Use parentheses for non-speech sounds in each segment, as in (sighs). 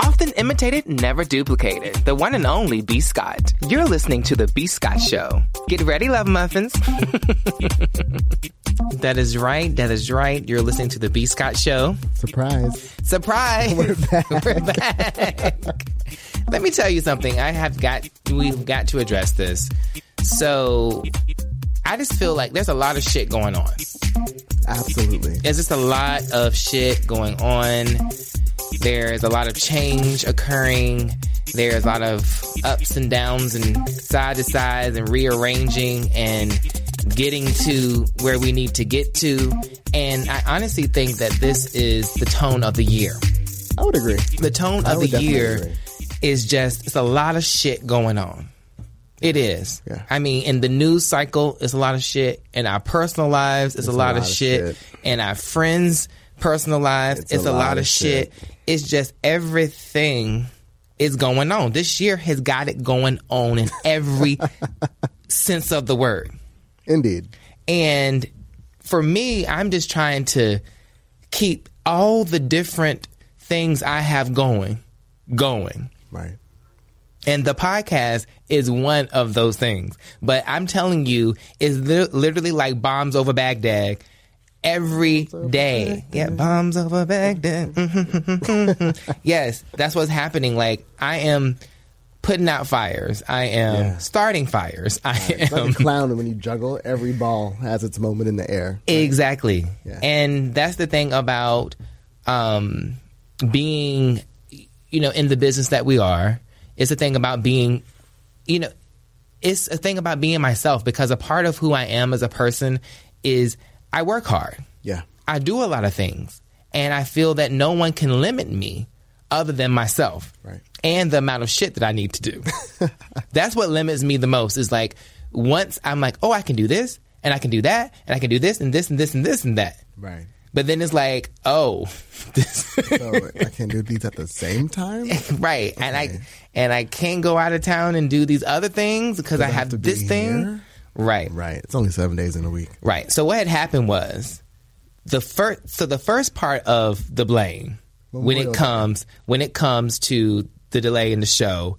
Often imitated, never duplicated. The one and only B. Scott. You're listening to The B. Scott Show. Get ready, love muffins. (laughs) that is right. That is right. You're listening to The B. Scott Show. Surprise. Surprise! We're back. (laughs) Let me tell you something. I have got, we've got to address this. So, I just feel like there's a lot of shit going on. Absolutely. There's just a lot of shit going on. There's a lot of change occurring. There's a lot of ups and downs and side to sides and rearranging and getting to where we need to get to. And I honestly think that this is the tone of the year. I would agree. The tone I of would the definitely year agree. is just, it's a lot of shit going on. It is. Yeah. I mean, in the news cycle, it's a lot of shit. In our personal lives, it's, a, lot of shit. In our friends' personal lives, it's, a, lot, of shit. It's just everything is going on. This year has got it going on in (laughs) every sense of the word. Indeed. And for me, I'm just trying to keep all the different things I have going, going. Right. And the podcast is one of those things. But I'm telling you, it's li- literally like bombs over Baghdad every day. Yeah, bombs over Baghdad. (laughs) yes, that's what's happening. Like, I am putting out fires, I am Yeah. starting fires, I It's am. like a clown when you juggle, every ball has its moment in the air. Exactly. Yeah. And that's the thing about um, being, you know, in the business that we are. It's a thing about being, you know, it's a thing about being myself because a part of who I am as a person is I work hard. Yeah. I do a lot of things. And I feel that no one can limit me other than myself Right. and the amount of shit that I need to do. (laughs) That's what limits me the most is like once I'm like, oh, I can do this and I can do that and I can do this and this and this and this and that. Right. But then it's like, oh, (laughs) this, So I can do these at the same time? right, and I and I can't go out of town and do these other things because I have, have to be this thing. here? Right, Right. It's only seven days in a week. Right. So what had happened was the first. So the first part of the blame when Memorial it Day. comes when it comes to the delay in the show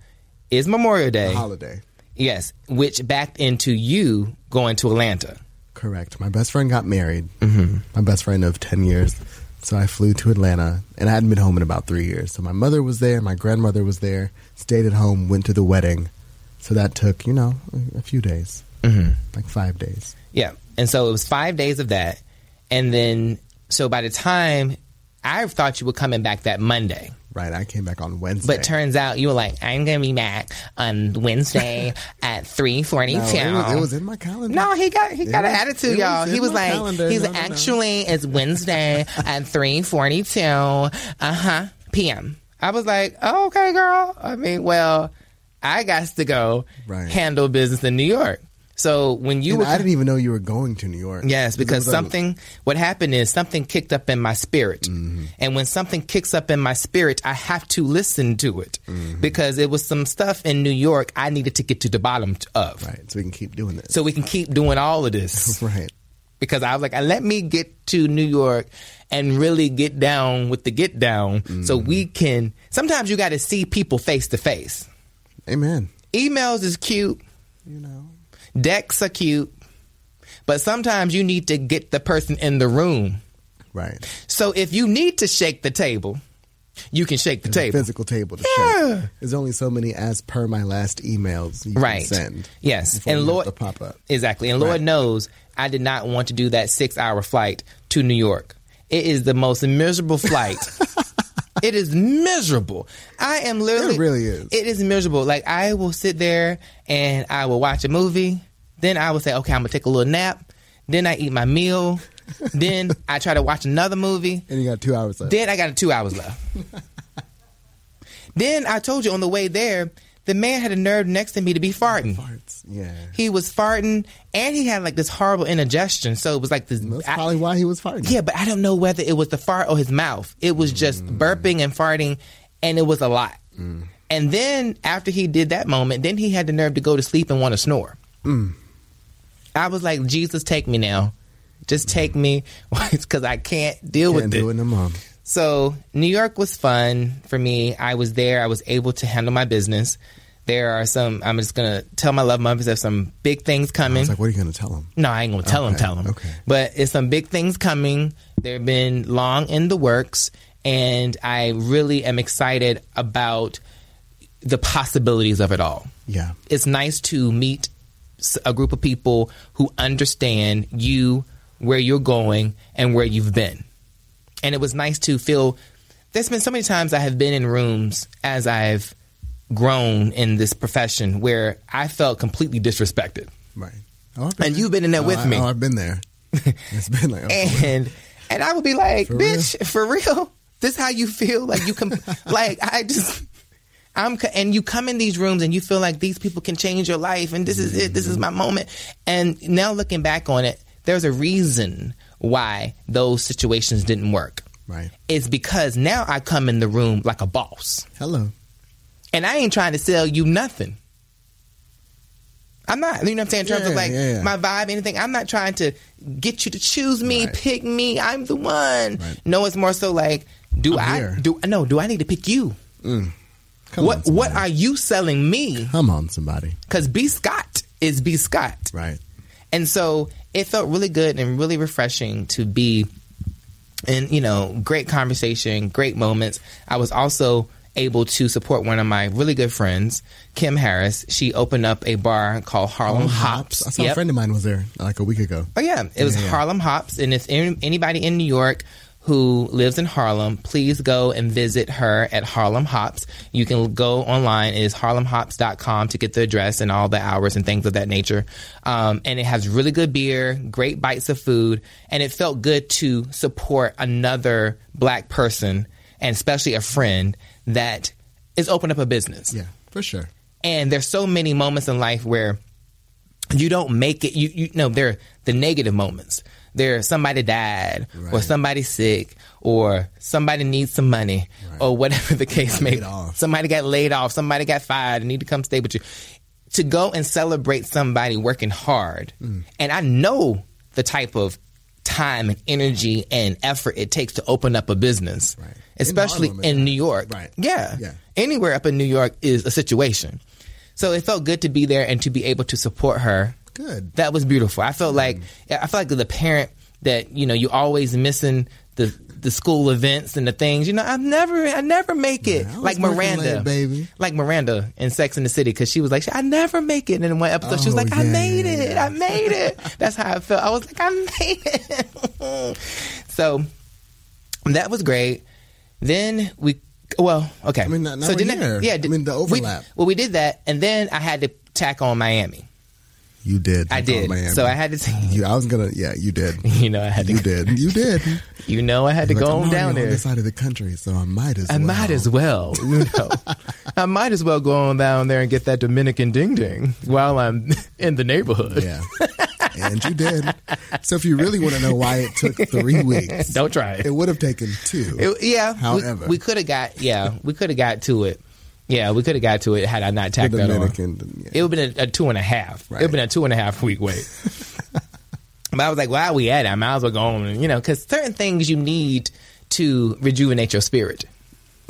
is Memorial Day. Holiday. Yes, which backed into you going to Atlanta. Correct. My best friend got married. Mm-hmm. My best friend of 10 years. So I flew to Atlanta and I hadn't been home in about three years. So my mother was there, my grandmother was there, stayed at home, went to the wedding. So that took, you know, a- a few days, mm-hmm. like five days. Yeah. And so it was five days of that, and then so by the time I thought you were coming back that Monday. Right. I came back on Wednesday. But turns out you were like, I'm gonna be back on Wednesday (laughs) at three forty two. No, it, was, it was in my calendar. No, he got he got It an was- attitude, it y'all. was he in was my like, calendar. he's No, no, no. actually it's Wednesday (laughs) at three forty two, uh huh, p.m. I was like, oh, okay, girl. I mean, well, I got to go Right. handle business in New York. So when you And were I didn't even know you were going to New York. Yes, it because was, um, something what happened is something kicked up in my spirit. Mm-hmm. And when something kicks up in my spirit, I have to listen to it Mm-hmm. because it was some stuff in New York I needed to get to the bottom t- of. Right. So we can keep doing this. So we can keep doing all of this (laughs) right. because I was like, let me get to New York and really get down with the get down so we can sometimes you got to see people face to face. Amen. Emails is cute, You know. decks are cute, but sometimes you need to get the person in the room. Right. So if you need to shake the table, you can shake the table. physical table to Yeah. shake. There's only so many as per my last emails you Right. can send. Yes. before And you have Lord to pop up. Exactly. And Lord Right. knows I did not want to do that six hour flight to New York. It is the most miserable (laughs) flight. it is miserable. I am literally It really is. It is miserable. Like I will sit there and I will watch a movie. Then I will say, okay, I'm gonna take a little nap. Then I eat my (laughs) meal. then I try to watch another movie. And you got two hours left. Then I got two hours left. then I told you on the way there, the man had a nerve next to me to be farting. Farts. Yeah. He was farting, and he had like this horrible indigestion. So it was like this. That's I- probably why he was farting. yeah, but I don't know whether it was the fart or his mouth. It was just Mm. burping and farting, and it was a lot. And then after he did that moment, then he Mm. had the nerve to go to sleep and want to snore. I was like, Jesus, take me now. Just take me (laughs) because I can't deal Can't with do it. it no more. So New York was fun for me. I was there. I was able to handle my business. There are some. I'm just gonna tell my love moms there's some big things I coming. was like, what are you going to tell him? No, I ain't gonna tell him. Okay, Tell him. okay. But it's some big things coming. They've been long in the works, and I really am excited about the possibilities of it all. Yeah. It's nice to meet s- a group of people who understand you, where you're going, and where you've been. And it was nice to feel. There's been so many times I have been in rooms as I've grown in this profession where I felt completely disrespected. Right. Oh, I've been And you've been in there Oh, with I- me. Oh, I've (laughs) been there. It's been like, oh, and and I would be like, For bitch, for real, this how you feel? Like you (laughs) can, like I just, I'm, co- and you come in these rooms and you feel like these people can change your life, and this is it, this is my Mm-hmm. moment. And now looking back on it, there's a reason why those situations didn't work. right. It's because now I come in the room like a boss, Hello. and I ain't trying to sell you nothing. I'm not, you know what I'm saying, in terms of Yeah, like yeah, yeah. my vibe, anything. I'm not trying to get you to choose me, Right. pick me. I'm the one. Right. No, it's more so like, do I'm i here. do I no? Do I need to pick you? Mm. Come what on. What somebody. are you selling me? Come on, somebody. Because B Scott is B Scott, Right. and so it felt really good and really refreshing to be in. You know, great conversation, great moments. I was also able to support one of my really good friends, Kim Harris. She opened up a bar called Harlem Hops. Oh, I saw Yep. a friend of mine was there like a week ago. Oh yeah, it was Yeah, yeah. Harlem Hops, and if any, anybody in New York who lives in Harlem, please go and visit her at Harlem Hops. You can go online; it is harlemhops.com to get the address and all the hours and things of that nature. Um, and it has really good beer, great bites of food, and it felt good to support another Black person, and especially a friend that is open up a business. Yeah, for sure. And there's so many moments in life where you don't make it. You you know there are the negative moments. There somebody died, or Right. somebody's sick, or somebody needs some money, or whatever the case may laid off. Somebody got laid off. Somebody got fired and need to come stay with you. To go and celebrate somebody working hard, Hmm. and I know the type of time and energy and effort it takes to open up a business, Right. especially In Harlem, in yeah. New York. Right. Yeah. Yeah. Anywhere up in New York is a situation. So it felt good to be there and to be able to support her. Good. That was beautiful. I felt like I felt like the parent that, you know, you always missing the the school events and the things. You know, I've never I never make it. Yeah, I was like working Miranda. late, baby. Like Miranda in Sex in the City cuz she was like I never make it and in one episode she was Oh, like I yeah, made yeah, it. yeah. I made it. (laughs) That's how I felt. I was like I made it. (laughs) so that was great. Then we well, okay. I mean, now- now we're then here. I mean, the we- overlap. well, we did that, and then I had to tack on Miami. (laughs) You did. I Oh, did. man. So I had to. You, I was gonna. Yeah, you did. you know, I had to. (laughs) You (laughs) did. You did. You know, I had to Like, go I'm on already down on there. this side of the country, so I might as. I well. might as well, you (laughs) know. I might as well go on down there and get that Dominican ding ding while I'm (laughs) in the neighborhood. Yeah. and (laughs) you did. So if you really want to know why it took three weeks, Don't try it. it would have taken two. It- yeah. we- However. we, could have got. Yeah, we could have got to it. Yeah, we could have got to it had I not tacked The that on. Dominican, yeah. It would have been a, a two and a half. It would have Right. been a two and a half week wait. but I was like, while we at it, I might as well go on. and, You know, because certain things you need to rejuvenate your spirit. (laughs)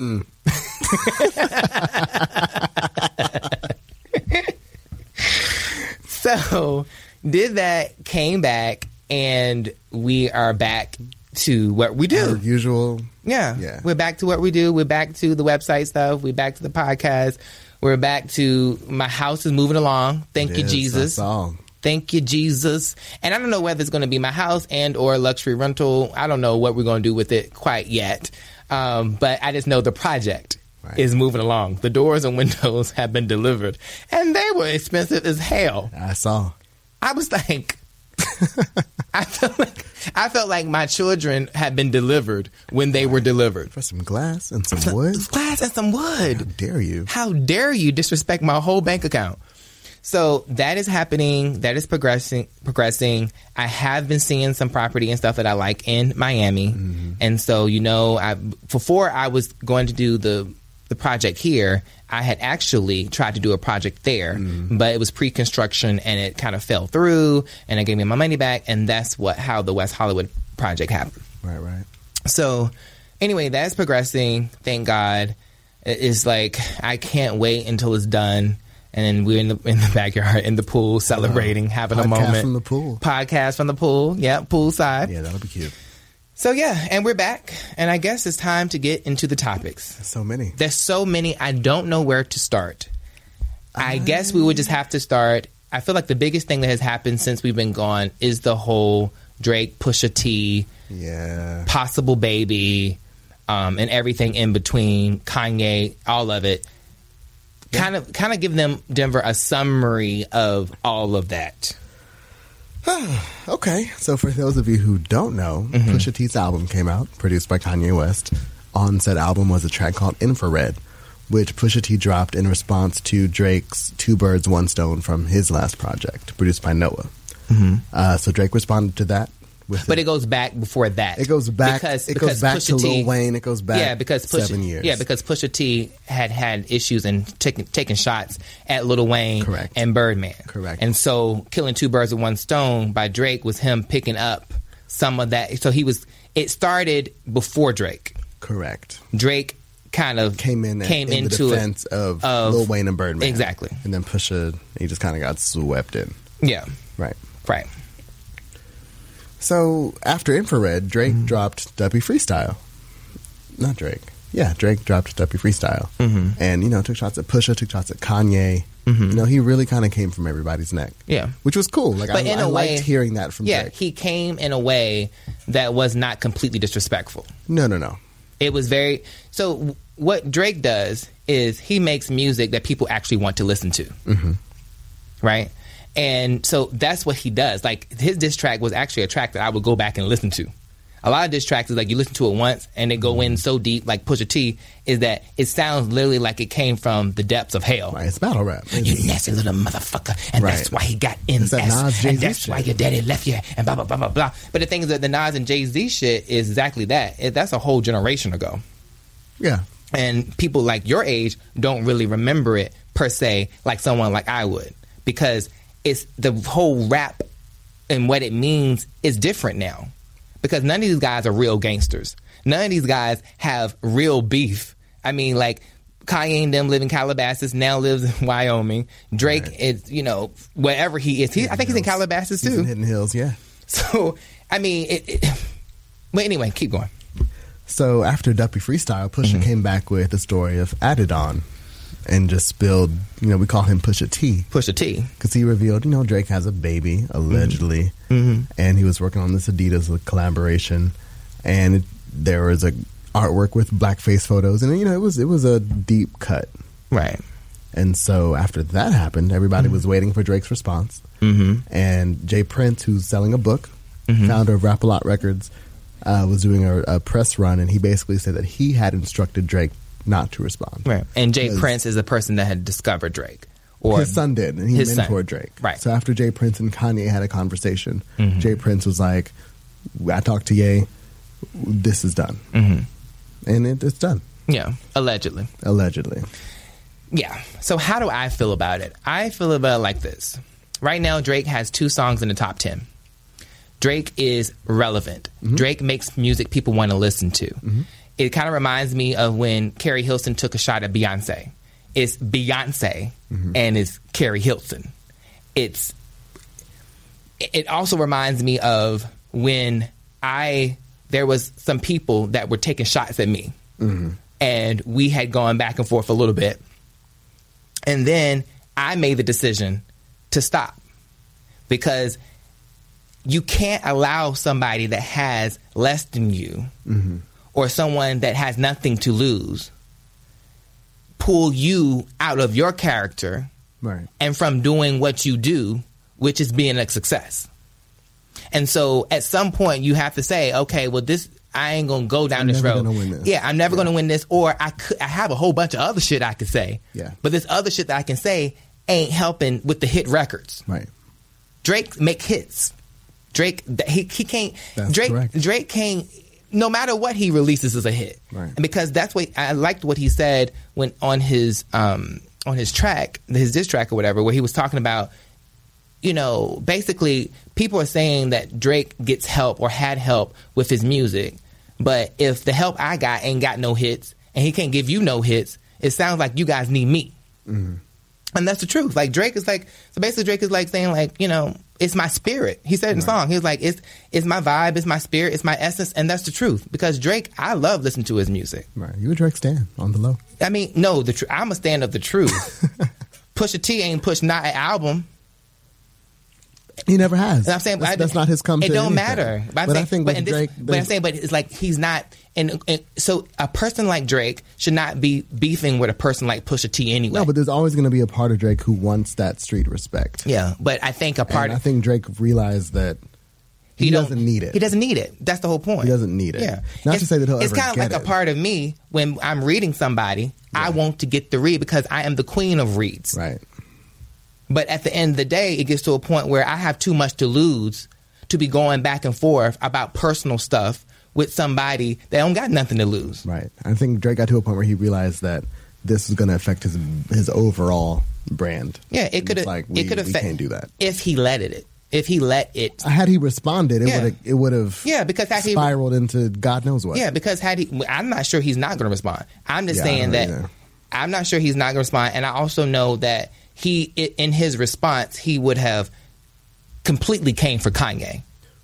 so did that, came back, and we are back to what we do. Our usual. Yeah. Yeah. We're back to what we do. We're back to the website stuff. We're back to the podcast. We're back to my house is moving along. Thank you, Yes, Jesus. That's all. Thank you, Jesus. And I don't know whether it's going to be my house and or luxury rental. I don't know what we're going to do with it quite yet. Um, but I just know the project Right. is moving along. The doors and windows have been delivered, and they were expensive as hell. I saw. I was (laughs) like, I felt like I felt like my children had been delivered when they were delivered. For some glass and (laughs) some wood. Glass and some wood. Dare you? How dare you disrespect my whole bank account? So that is happening. That is progressing. Progressing. I have been seeing some property and stuff that I like in Miami, and so you know, I before I was going to do the the project here, I had actually tried to do a project there, but it was pre-construction and it kind of fell through, and it gave me my money back, and that's what how the West Hollywood project happened. Right, right. So, anyway, that's progressing. Thank God. It is like I can't wait until it's done, and then we're in the in the backyard in the pool celebrating, having a Podcast moment. from the pool. Podcast from the pool. Yeah, poolside. Yeah, that'll be cute. So yeah, and we're back, and I guess it's time to get into the topics. So many. There's so many. I don't know where to start. I Uh-huh. guess we would just have to start. I feel like the biggest thing that has happened since we've been gone is the whole Drake Pusha T Yeah. possible baby um, and everything in between kanye all of it kind of kind of give them denver a summary of all of that (sighs) Okay. So for those of you who don't know, Mm-hmm. Pusha T's album came out, produced by Kanye West. On said album was a track called Infrared, which Pusha T dropped in response to Drake's Two Birds One Stone from his last project, produced by Noah. Uh, so Drake responded to that with Mm-hmm. but a- it goes back before that It goes back- it goes back to Pusha T- Lil Wayne, it goes back yeah because Pusha, seven years. yeah because Pusha T had had issues and taking taking shots at Lil Wayne Correct. and Birdman Correct. and so killing two birds with one stone by Drake was him picking up some of that so he was it started before Drake correct. Drake kind of came in and- came in into the it. defense of, of- Lil Wayne and Birdman. Exactly. And then Pusha, he just kind of got swept in. Yeah, Right. right. So after Infrared, Drake Mm-hmm. dropped Duppy Freestyle. Not Drake. Yeah, Drake dropped Duppy Freestyle. Mm-hmm. And, you know, took shots at Pusha, took shots at Kanye. You know, he really kind of came from everybody's neck. Mm-hmm. Yeah. Which was cool. Like, But I, in I a way- liked hearing that from Yeah, Drake. he came in a way that was not completely disrespectful. no, no, no. It was very so. w- What Drake does is he makes music that people actually want to listen to, mm-hmm. right? And so that's what he does. Like his diss track was actually a track that I would go back and listen to. A lot of diss tracks is like you listen to it once and they go Mm-hmm. in so deep, like Pusha T, is that it sounds literally like it came from the depths of hell. Right, it's battle rap. you It's- nasty little motherfucker, and Right. that's why he got MS, that Nas Jay-Z and that's why shit. your daddy left you, and blah blah blah blah blah. But the thing is that the Nas and Jay Z shit is exactly that. It, that's a whole generation ago, yeah. and people like your age don't really remember it per se, like someone like I would, because it's the whole rap and what it means is different now, because none of these guys are real gangsters. None of these guys have real beef. I mean, like. Kanye and them live in Calabasas. Now lives in (laughs) Wyoming. Drake is, you know, wherever he is. He, I think he's in Hills. Calabasas He's in too. Hidden Hills, yeah. (laughs) So, I mean, it, it, but anyway, keep going. So after Duppy Freestyle, Pusha Mm-hmm. came back with the story of Adidon and just spilled, you know, we call him Pusha T Push a T. because he revealed, you know, Drake has a baby, allegedly, Mm-hmm. and he was working on this Adidas collaboration, and it, there was a artwork with blackface photos, and you know, it was it was a deep cut. Right. And so after that happened, Mm-hmm. everybody was waiting for Drake's response. Mm-hmm. And Jay Prince, who's selling a book, Mm-hmm. founder of Rap A Lot Records, uh, was doing a, a press run, and he basically said that he had instructed Drake not to respond. Right. And Jay Because- Prince is the person that had discovered Drake. Or his son did, and he his son. mentored Drake. Right. Mm-hmm. So after Jay Prince and Kanye had a conversation, Jay Prince was like, "I talked to Ye. This is done, Mm-hmm. and it, it's done yeah, allegedly. allegedly." Yeah. So how do I feel about it? I feel about it like this. Right now Drake has two songs in the top 10. Drake is relevant. Drake makes music people want to listen to. It kind of reminds me of when Carrie Hilson took a shot at Beyonce. It's Beyonce and it's Carrie Hilson. It's it also reminds me of when I there was some people that were taking shots at me, and we had gone back and forth a little bit, and then I made the decision to stop because you can't allow somebody that has less than you or someone that has nothing to lose pull you out of your character Right. and from doing what you do, which is being a success. And so at some point you have to say, okay, well this I ain't gonna go down I'm this never road. gonna win this. Yeah, I'm never gonna win this. Or I could, I have a whole bunch of other shit I could say. Yeah. But this other shit that I can say ain't helping with the hit records. Right. Drake make hits. Drake th- he he can't That's Drake correct. Drake can't no matter what he releases is a hit. Right. And because that's what I liked what he said when on his um on his track, his diss track or whatever, where he was talking about you know, basically people are saying that Drake gets help or had help with his music, but if the help I got ain't got no hits and he can't give you no hits, it sounds like you guys need me. Mm-hmm. And that's the truth. Like Drake is like so basically Drake is like saying like, you know, it's my spirit. He said it in the song. He was like, It's it's my vibe, it's my spirit, it's my essence, and that's the truth. Because Drake, I love listening to his music. Right. You a Drake Stan on the low. I mean, no, the tr- I'm a stand of the (laughs) truth. Pusha T ain't pushed not an album. He never has. And I'm saying but that's, I- that's not his come. It to don't anything. matter. But, I'm I saying- think but with in this- Drake, but I'm saying, but it's like he's not. And, and so a person like Drake should not be beefing with a person like Pusha T anyway. no, but there's always going to be a part of Drake who wants that street respect. yeah, but I think a part And I think Drake realized that he, don't- doesn't need it. He doesn't need it. That's the whole point. He doesn't need it. Yeah. Not to say that he'll It's ever kind of get like a it. part of me when I'm reading somebody. I want to get the read because I am the queen of reads. Right. But at the end of the day, it gets to a point where I have too much to lose to be going back and forth about personal stuff with somebody that don't got nothing to lose. Right. I think Drake got to a point where he realized that this is going to affect his his overall brand. Yeah, And it could it's like we, it could we affect can't do that. if he let it. If he let it. Had he responded, it Yeah. would it would have Yeah, because had he- spiraled into God knows what. Yeah, because had he, I'm not sure he's not going to respond. I'm just Yeah, I saying don't that either. I'm not sure he's not going to respond, and I also know that he, i- in his response, he would have completely came for Kanye,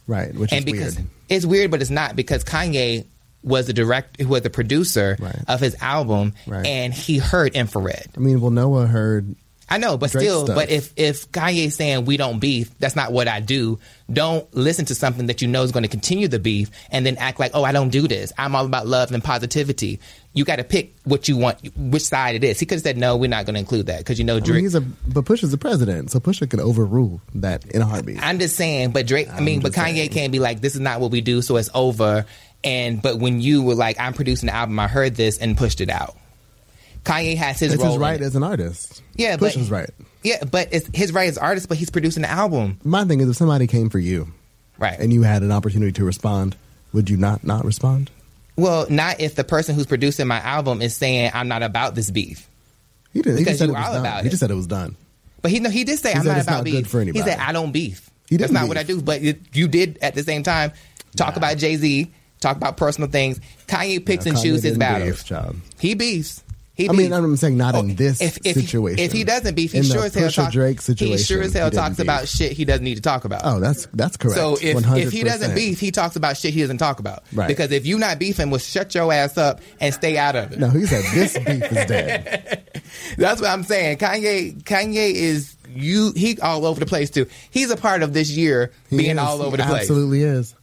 Right. Which and is because weird. it's weird, but it's not because Kanye was the direct, who was the producer Right. of his album, Right. and he heard Infrared. I mean, well, Noah heard. I know, but Drake still, stuff. but if if Kanye's saying we don't beef, that's not what I do. Don't listen to something that you know is going to continue the beef, and then act like, oh, I don't do this. I'm all about love and positivity. You got to pick what you want, which side it is. He could have said, no, we're not going to include that because you know I mean, Drake. he's a but Pusha's the president, so Pusha could overrule that in a heartbeat. I'm just saying, but Drake. I I'm mean, but just Kanye saying. can't be like, this is not what we do, so it's over. And but when you were like, I'm producing the album, I heard this and pushed it out. Kanye has his it's role. his in right it. as an artist. yeah, but Pusha's right. Yeah, but it's his right as artist, but he's producing the album. My thing is, if somebody came for you Right. and you had an opportunity to respond, would you not not respond? Well, not if the person who's producing my album is saying I'm not about this beef. He didn't. He Because just said you it were was all done. about He it. just said it was done. But he no, he did say I'm said not it's about not beef. good for He said anybody. I don't beef. He That's didn't not what I beef. do. But it, you did at the same time talk about Jay Z, talk about personal things. Kanye picks Now, and Kanye chooses his didn't battles. beef, child. He beefs. He I mean, beefs. I'm saying not Oh, in this if, if he- situation. if he doesn't beef, he In the sure as hell Pusha talks. Drake he situation, sure as hell he didn't talks beef. about shit he doesn't need to talk about. Oh, that's that's correct. So if, 100%. if he doesn't beef, he talks about shit he doesn't talk about. Right. Because if you not beefing, well, shut your ass up and stay out of it. no, he said (laughs) this beef is dead. That's what I'm saying. Kanye, Kanye is you. He all over the place too. He's a part of this year He being is. all over the He place. Absolutely is.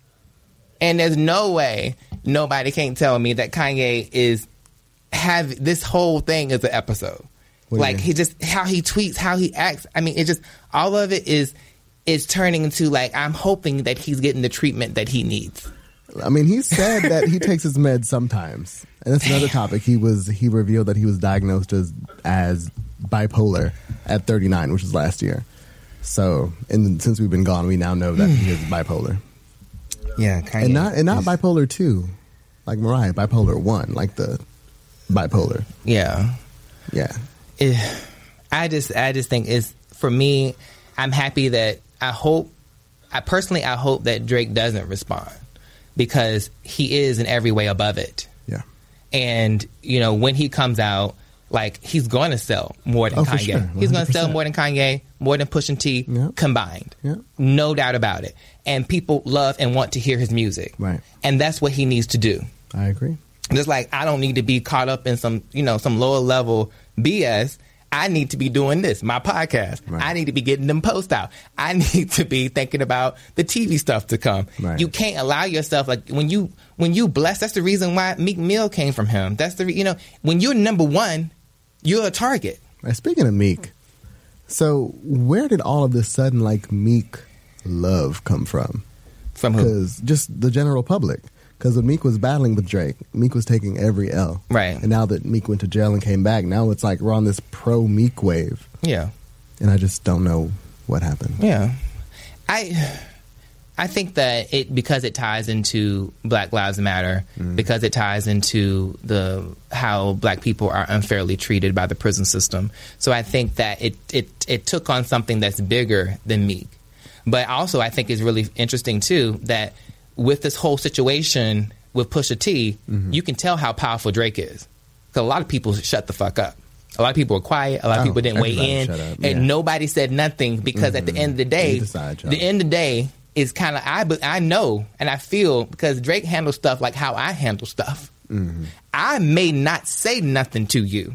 And there's no way nobody can tell me that Kanye is have this whole thing is an episode. What do you like mean? he just how he tweets, how he acts. I mean, it just all of it is is turning into like I'm hoping that he's getting the treatment that he needs. I mean, he said that he takes his meds sometimes, and (laughs) that's another topic. He was he revealed that he was diagnosed as as bipolar at 39, which is last year. So, and since we've been gone, we now know (sighs) that he is bipolar, Yeah, Kanye. and not and not bipolar two, like Mariah, bipolar one, like the bipolar. yeah. Yeah, Eh, I just I just think it's for me. I'm happy that I hope. I personally I hope that Drake doesn't respond because he is in every way above it. yeah. And you know when he comes out, like he's going to sell more than Oh, for Kanye. sure. He's going to sell 100%. more than Kanye, more than Pusha T Yeah. combined. Yeah. No doubt about it. And people love and want to hear his music. Right. And that's what he needs to do. I agree. Just like I don't need to be caught up in some, you know, some lower level BS. I need to be doing this, my podcast. Right. I need to be getting them posts out. I (laughs) need to be thinking about the TV stuff to come. Right. You can't allow yourself like when you when you bless. That's the reason why Meek Mill came from him. That's the re- you know when you're number one, you're a target. Right, speaking of Meek, so where did all of this sudden like Meek love come from? From who? Because just the general public. Because when Meek was battling with Drake, Meek was taking every L. Right. And now that Meek went to jail and came back, now it's like we're on this pro Meek wave, Yeah. and I just don't know what happened. Yeah, I I think that it because it ties into Black Lives Matter, Mm. because it ties into the how Black people are unfairly treated by the prison system. So I think that it it it took on something that's bigger than Meek. But also, I think it's really interesting too that with this whole situation with Pusha T, Mm-hmm. you can tell how powerful Drake is. Because a lot of people shut the fuck up. A lot of people were quiet. A lot of Oh, people didn't weigh everybody in, shut up, and yeah. nobody said nothing because at the end of the day, He's a Mm-hmm. side job. the end of the day is kind of I but I know and I feel because Drake handles stuff like how I handle stuff. Mm-hmm. I may not say nothing to you.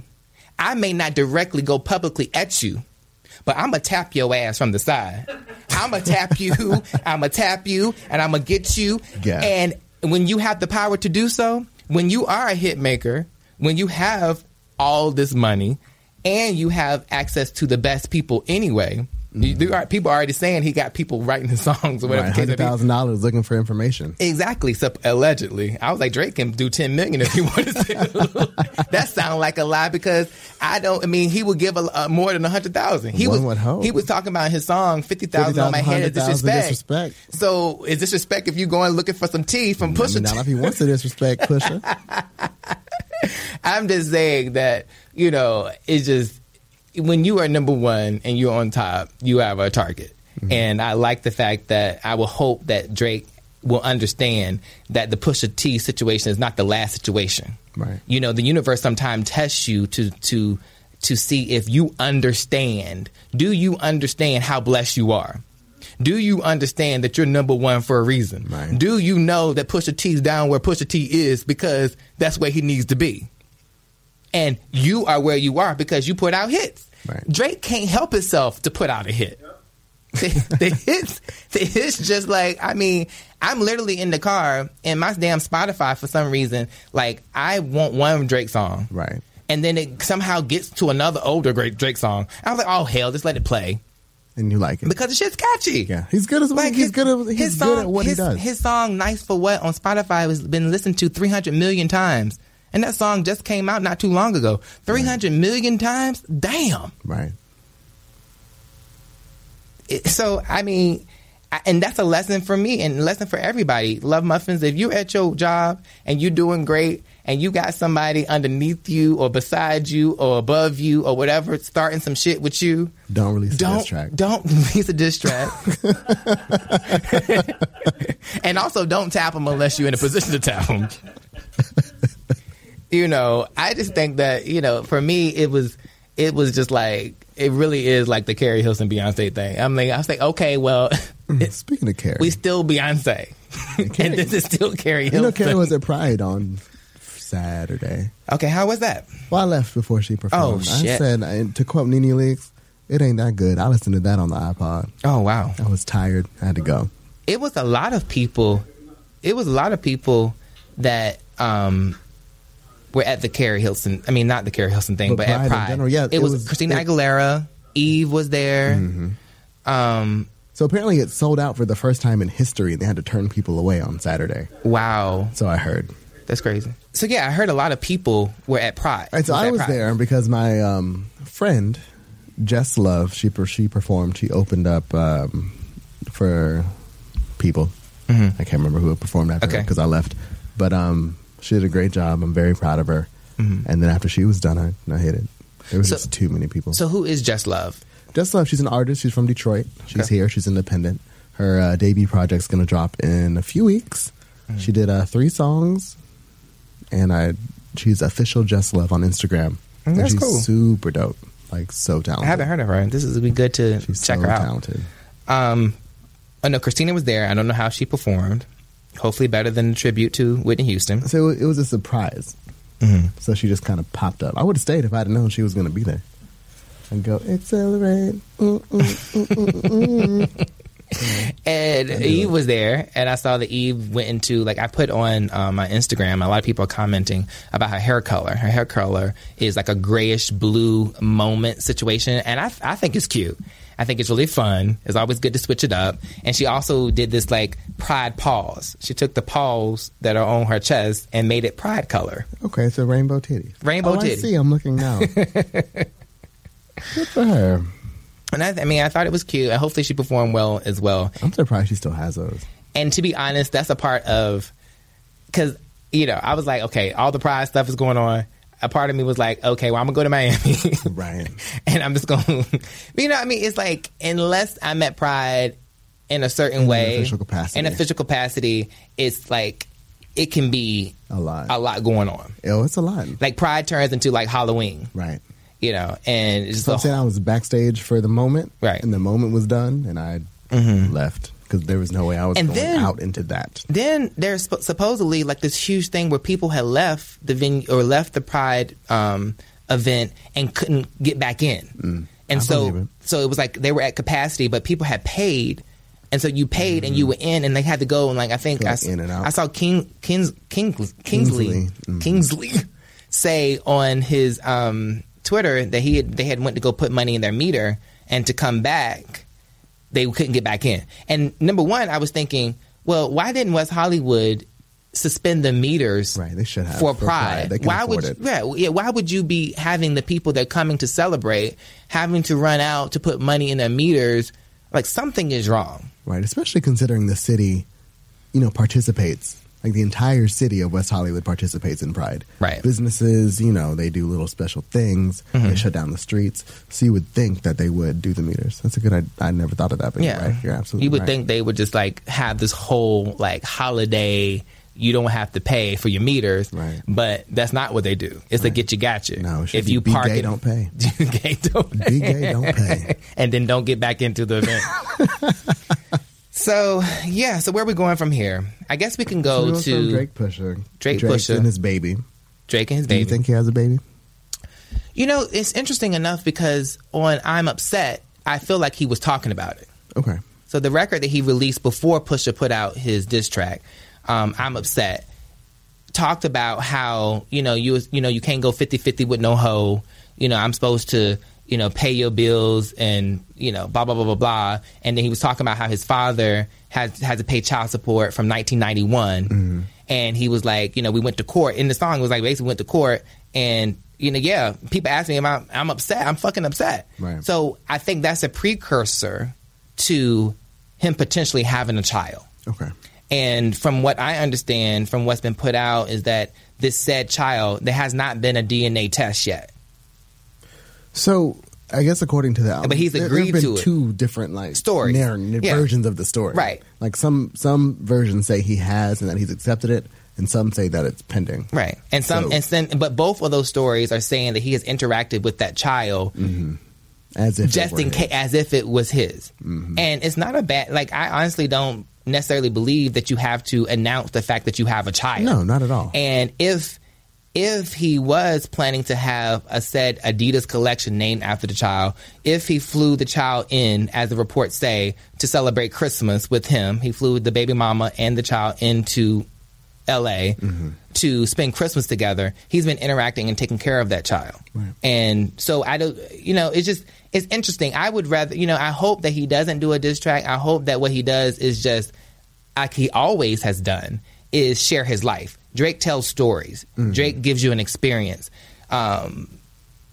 I may not directly go publicly at you, but I'm gonna tap your ass from the side. I'm gonna tap you. (laughs) I'm gonna tap you, and I'm gonna get you. Yeah. And when you have the power to do so, when you are a hit maker, when you have all this money, and you have access to the best people anyway, you, there are, people are already saying he got people writing his songs or whatever. Mm-hmm. the (laughs) Right, case may hundred be. thousand dollars looking for information. Exactly. So allegedly, I was like Drake can do ten million if he (laughs) wanted to. (laughs) that sounds like a lie because I don't. I mean, he would give a, a more than a hundred thousand. He One was would hope. he was talking about his song fifty thousand on my head is 50,000, disrespect. disrespect. So is disrespect if you going looking for some tea from I mean, Pusha not T? (laughs) if he wants to disrespect Pusha. I'm just saying that you know it's just when you are number one and you're on top, you have a target. Mm-hmm. And I like the fact that I will hope that Drake will understand that the Pusha T situation is not the last situation. Right. You know, the universe sometimes tests you to to to see if you understand. Do you understand how blessed you are? Do you understand that you're number one for a reason? Right. Do you know that Pusha T's down where Pusha T is because that's where he needs to be? and you are where you are because you put out hits. Right. Drake can't help himself to put out a hit. the, (laughs) the hits, the hits, just like I mean, I'm literally in the car and my damn Spotify for some reason, like I want one Drake song, Right. and then it somehow gets to another older great Drake song. I was like, oh hell, just let it play And you like it. because the shit's catchy. yeah. He's good as Like he's good at he's his good at what his- he does. His song "Nice for What" on Spotify has been listened to 300 million times, and that song just came out not too long ago. 300 million times, damn. right. It- so I mean, I, and that's a lesson for me and a lesson for everybody. Love muffins. If you're at your job and you're doing great, and you got somebody underneath you or beside you or above you or whatever starting some shit with you, Don't release do don't this track. don't (laughs) release a diss track, (laughs) and also don't tap them unless you're in a position to tap them. you know, I just think that you know, for me, it was it was just like it really is like the Carrie Hilson Beyonce thing. I'm like, I was like, okay, well, (laughs) Speaking of Carrie, we still Beyonce, (laughs) and this is still Carrie you Hilson. know Carrie was at Pride on Saturday. okay, how was that? Well, I left before she Oh, performed. shit. I said, and to quote Nene Leakes, it ain't that good. I listened to that on the iPod. Oh wow, I was tired. I had to go. it was a lot of people. It was a lot of people that um, were at the Carrie Hilson. I mean, not the Carrie Hilson thing, but, But Pride at in Pride. general, yeah, it, it was, was- Christina it- Mm-hmm. Aguilera. Eve was there. Um, So apparently it sold out for the first time in history and they had to turn people away on Saturday. wow, So I heard. that's crazy. So yeah, I heard a lot of people were at Pride. And so Was I at was Pride. there because my um, friend, Jess Love, she, per- she performed. She opened up um, for people. I can't remember who performed after Mm-hmm. Okay. because I left. But um, she did a great job. I'm very proud of her. And then after she was done, I, I hit it. There was Mm-hmm. So- just too many people. So who is Just Love? Just Love, she's an artist. She's from Detroit. She's Okay. here. She's independent. Her uh, debut project's going to drop in a few weeks. Mm. She did uh, three songs, and I she's official Just Love on Instagram. And Mm, that's she's cool. super dope. Like so talented. I haven't heard of her. This is be good to Oh. She's check so her out. talented. Um, oh no, Christina was there. I don't know how she performed. Hopefully, better than the tribute to Whitney (laughs) Houston. So it was a surprise. Mm-hmm. So she just kind of popped up. I would have stayed if I'd have known she was going to be there. And go accelerate. Mm, mm. And Eve was there, and I saw that Eve went into like I put on um, my Instagram. A lot of people are commenting about her hair color. Her hair color is like a grayish blue moment situation, and I I think it's cute. I think it's really fun. It's always good to switch it up. And she also did this like pride pause. She took the paws that are on her chest and made it pride color. Okay, so rainbow titty. Rainbow (laughs) oh, titty. I see. I'm looking now. Good for her. And I, I mean, I thought it was cute. And hopefully, she performed well as well. I'm surprised she still has those. And to be honest, that's a part of because you know I was like, okay, all the prize stuff is going on. A part of me was like, okay, well, I'm gonna go to Miami, (laughs) Right. and I'm just gonna, (laughs) you know, what I mean, it's like unless I'm at Pride in a certain way, official capacity. in official capacity, it's like it can be A lot. a lot going on. Oh, it's a lot. Like Pride turns into like Halloween, Right. you know, and it's just So I'm a- saying I was backstage for the moment, Right. Mm-hmm. And the moment was done, and I left because there was no way I was And going then- out into that. then there's sp- supposedly like this huge thing where people had left the venue or left the pride um, event and couldn't get back in and Mm. I so believe so it was like they were at capacity but people had paid and so you paid and you were in and they had to go and like i think Like I, s- Mm-hmm. in and out. I saw king Kings, Kings, kingsley Kingsley. Mhm. kingsley say on his um, twitter that he had, they had went to go put money in their meter and to come back they couldn't get back in. And number one, I was thinking, well, why didn't West Hollywood suspend the meters Right, they should have for, for Pride? Pride. They can why afford would it. yeah, yeah, why would you be having the people that are coming to celebrate having to run out to put money in their meters? Like something is wrong. Right, especially considering the city, you know, participates. Like the entire city of West Hollywood participates in Pride. Right. Mm-hmm. Businesses, you know, they do little special things. They shut down the streets. So you would think that they would do the meters. That's a good I, I never thought of that, but Yeah. you're right. You're absolutely You would right. think they would just like have this whole like holiday you don't have to pay for your meters, Right. but that's not what they do. It's a get you got you. No, it should if be you be park gay, it- (laughs) don't pay. gay don't Be (laughs) gay, don't pay. and then don't get back into the event. (laughs) so yeah, so where are we going from here? I guess we can So we go went to from Drake. Drake Pusher. Drake Drake's Pusha. and his baby. and his Do you baby. You, think he has a baby? know, it's interesting enough because on I'm upset, I feel like he was talking about it. Okay. So the record that he released before Pusha put out his diss track, um, I'm upset, talked about how you know you you know you can't go 50-50 with no hoe. You know I'm supposed to you know pay your bills and you know blah blah blah blah blah. And then he was talking about how his father has had to pay child support from 1991, and he was like you know we went to court. In the song it was like basically went to court and. You know, yeah. People ask me, am I, I'm upset. I'm fucking upset. Right. So I think that's a precursor to him potentially having a child. Okay. And from what I understand, from what's been put out, is that this said child, there has not been a DNA test yet. So I guess according to the album, But he's there- agreed there have been to it. two different like Stories. narr- Yeah. versions of the story, Right. Like some some versions say he has and that he's accepted it, and some say that it's pending, Right. And some, So- and then, but both of those stories are saying that he has interacted with that child Mm-hmm. As if it just were in him. case, as if it was his. Mm-hmm. And it's not a bad, like, I honestly don't necessarily believe that you have to announce the fact that you have a child. No, not at all. And if if he was planning to have a said Adidas collection named after the child, if he flew the child in, as the reports say, to celebrate Christmas with him, he flew the baby mama and the child into L.A. to spend Christmas together. He's been interacting and taking care of that child, and so I don't. You know, it's just it's interesting. I would rather, you know, I hope that he doesn't do a diss track. I hope that what he does is just like he always has done, is share his life. Drake tells stories. Mm-hmm. Drake gives you an experience. Um,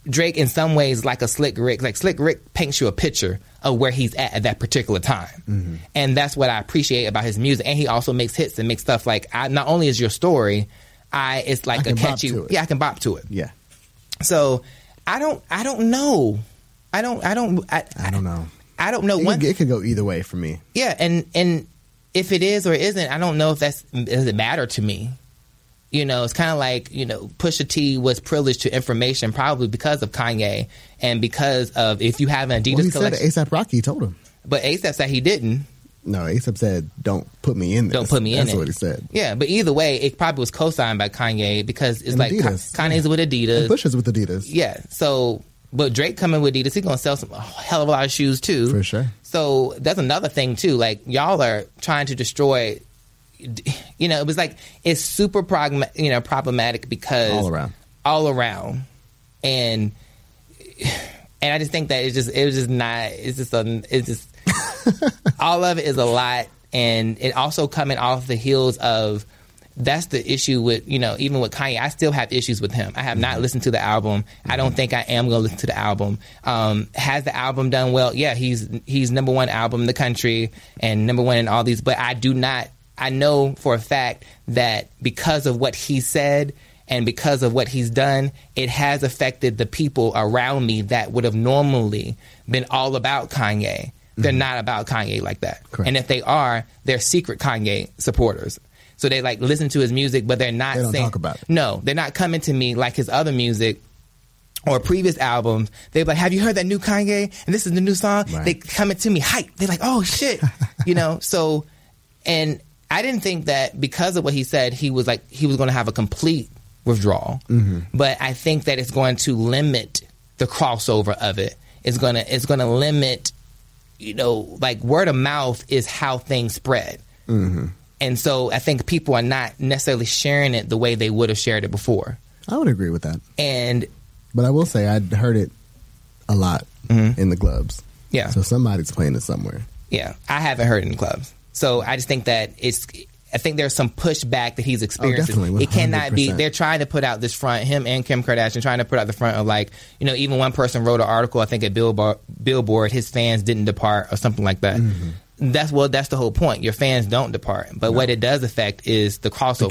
Drake, in some ways, like a Slick Rick, like Slick Rick paints you a picture of where he's at at that particular time, Mm-hmm. and that's what I appreciate about his music. And he also makes hits and makes stuff like I, not only is your story, I it's like I a can bop catchy, to it. yeah, I can bop to it. yeah, So I don't, I don't know, I don't, I don't, I, I don't know. I don't know It, one could, it could go either way for me. yeah, and and if it is or isn't, I don't know if that's does it matter to me. You know, it's kind of like you know, Pusha T was privileged to information probably because of Kanye and because of if you have an Adidas Well, he said collection. ASAP Rocky told him. but ASAP said he didn't. No, ASAP said, "Don't put me in this." Don't put me in That's it. what he said. Yeah, but either way, it probably was co-signed by Kanye because it's And like Adidas. Ka- Kanye's with Adidas. Push is with Adidas. Yeah. So, but Drake coming with Adidas, he's gonna sell some a hell of a lot of shoes too. For sure. So that's another thing too. Like y'all are trying to destroy. You know, it was like it's super progma- you know problematic because All around. all around, and (sighs) and I just think that it's just it was just not it's just a it's just all of it is a lot, and it also coming off the heels of that's the issue with you know even with Kanye. I still have issues with him. I have not listened to the album. I don't think I am going to listen to the album. Um, has the album done well? Yeah, he's he's number one album in the country and number one in all these. But I do not. I know for a fact that because of what he said and because of what he's done, it has affected the people around me that would have normally been all about Kanye. They're not about Kanye like that. Mm-hmm. Correct. And if they are, they're secret Kanye supporters. So they like listen to his music, but they're not They don't saying, talk about it. No, they're not coming to me like his other music or previous albums. They're like, "Have you heard that new Kanye? And this is the new song." Right. They coming to me hype. They're like, "Oh shit," you know. So, and I didn't think that because of what he said, he was like he was going to have a complete withdrawal. But I think that it's going to limit the crossover of it. It's gonna it's gonna limit you know, like word of mouth is how things spread. And so I think people are not necessarily sharing it the way they would have shared it before. I would agree with that. And But I will say I'd heard it a lot in the clubs. Mm-hmm. Yeah. So somebody's playing it somewhere. yeah, I haven't heard it in clubs. So I just think that it's. I think there's some pushback that he's experiencing. Oh, definitely, it cannot be. 100%. They're trying to put out this front. Him and Kim Kardashian trying to put out the front of like, you know, even one person wrote an article. I think at Billboard, Billboard, his fans didn't depart or something like that. Mm-hmm. That's well, that's the whole point. Your fans don't depart, but what it does affect is the crossover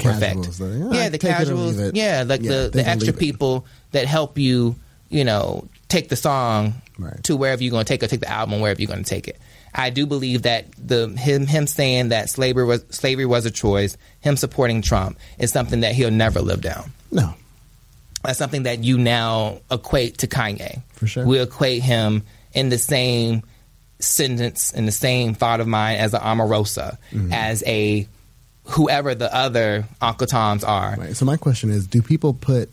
effect. casuals, though. Yeah, yeah, I the take it or leave casuals. it. Yeah, like Yeah, the, they the can extra leave it. people that help you, you know, take the song Right. to wherever you're going to take it, take the album wherever you're going to take it. I do believe that the him him saying that slavery was slavery was a choice, him supporting Trump is something that he'll never live down. No. That's something that you now equate to Kanye. For sure. we equate him in the same sentence, in the same thought of mine as a Omarosa, Mm-hmm. as a whoever the other Uncle Toms are. Right. So my question is, do people put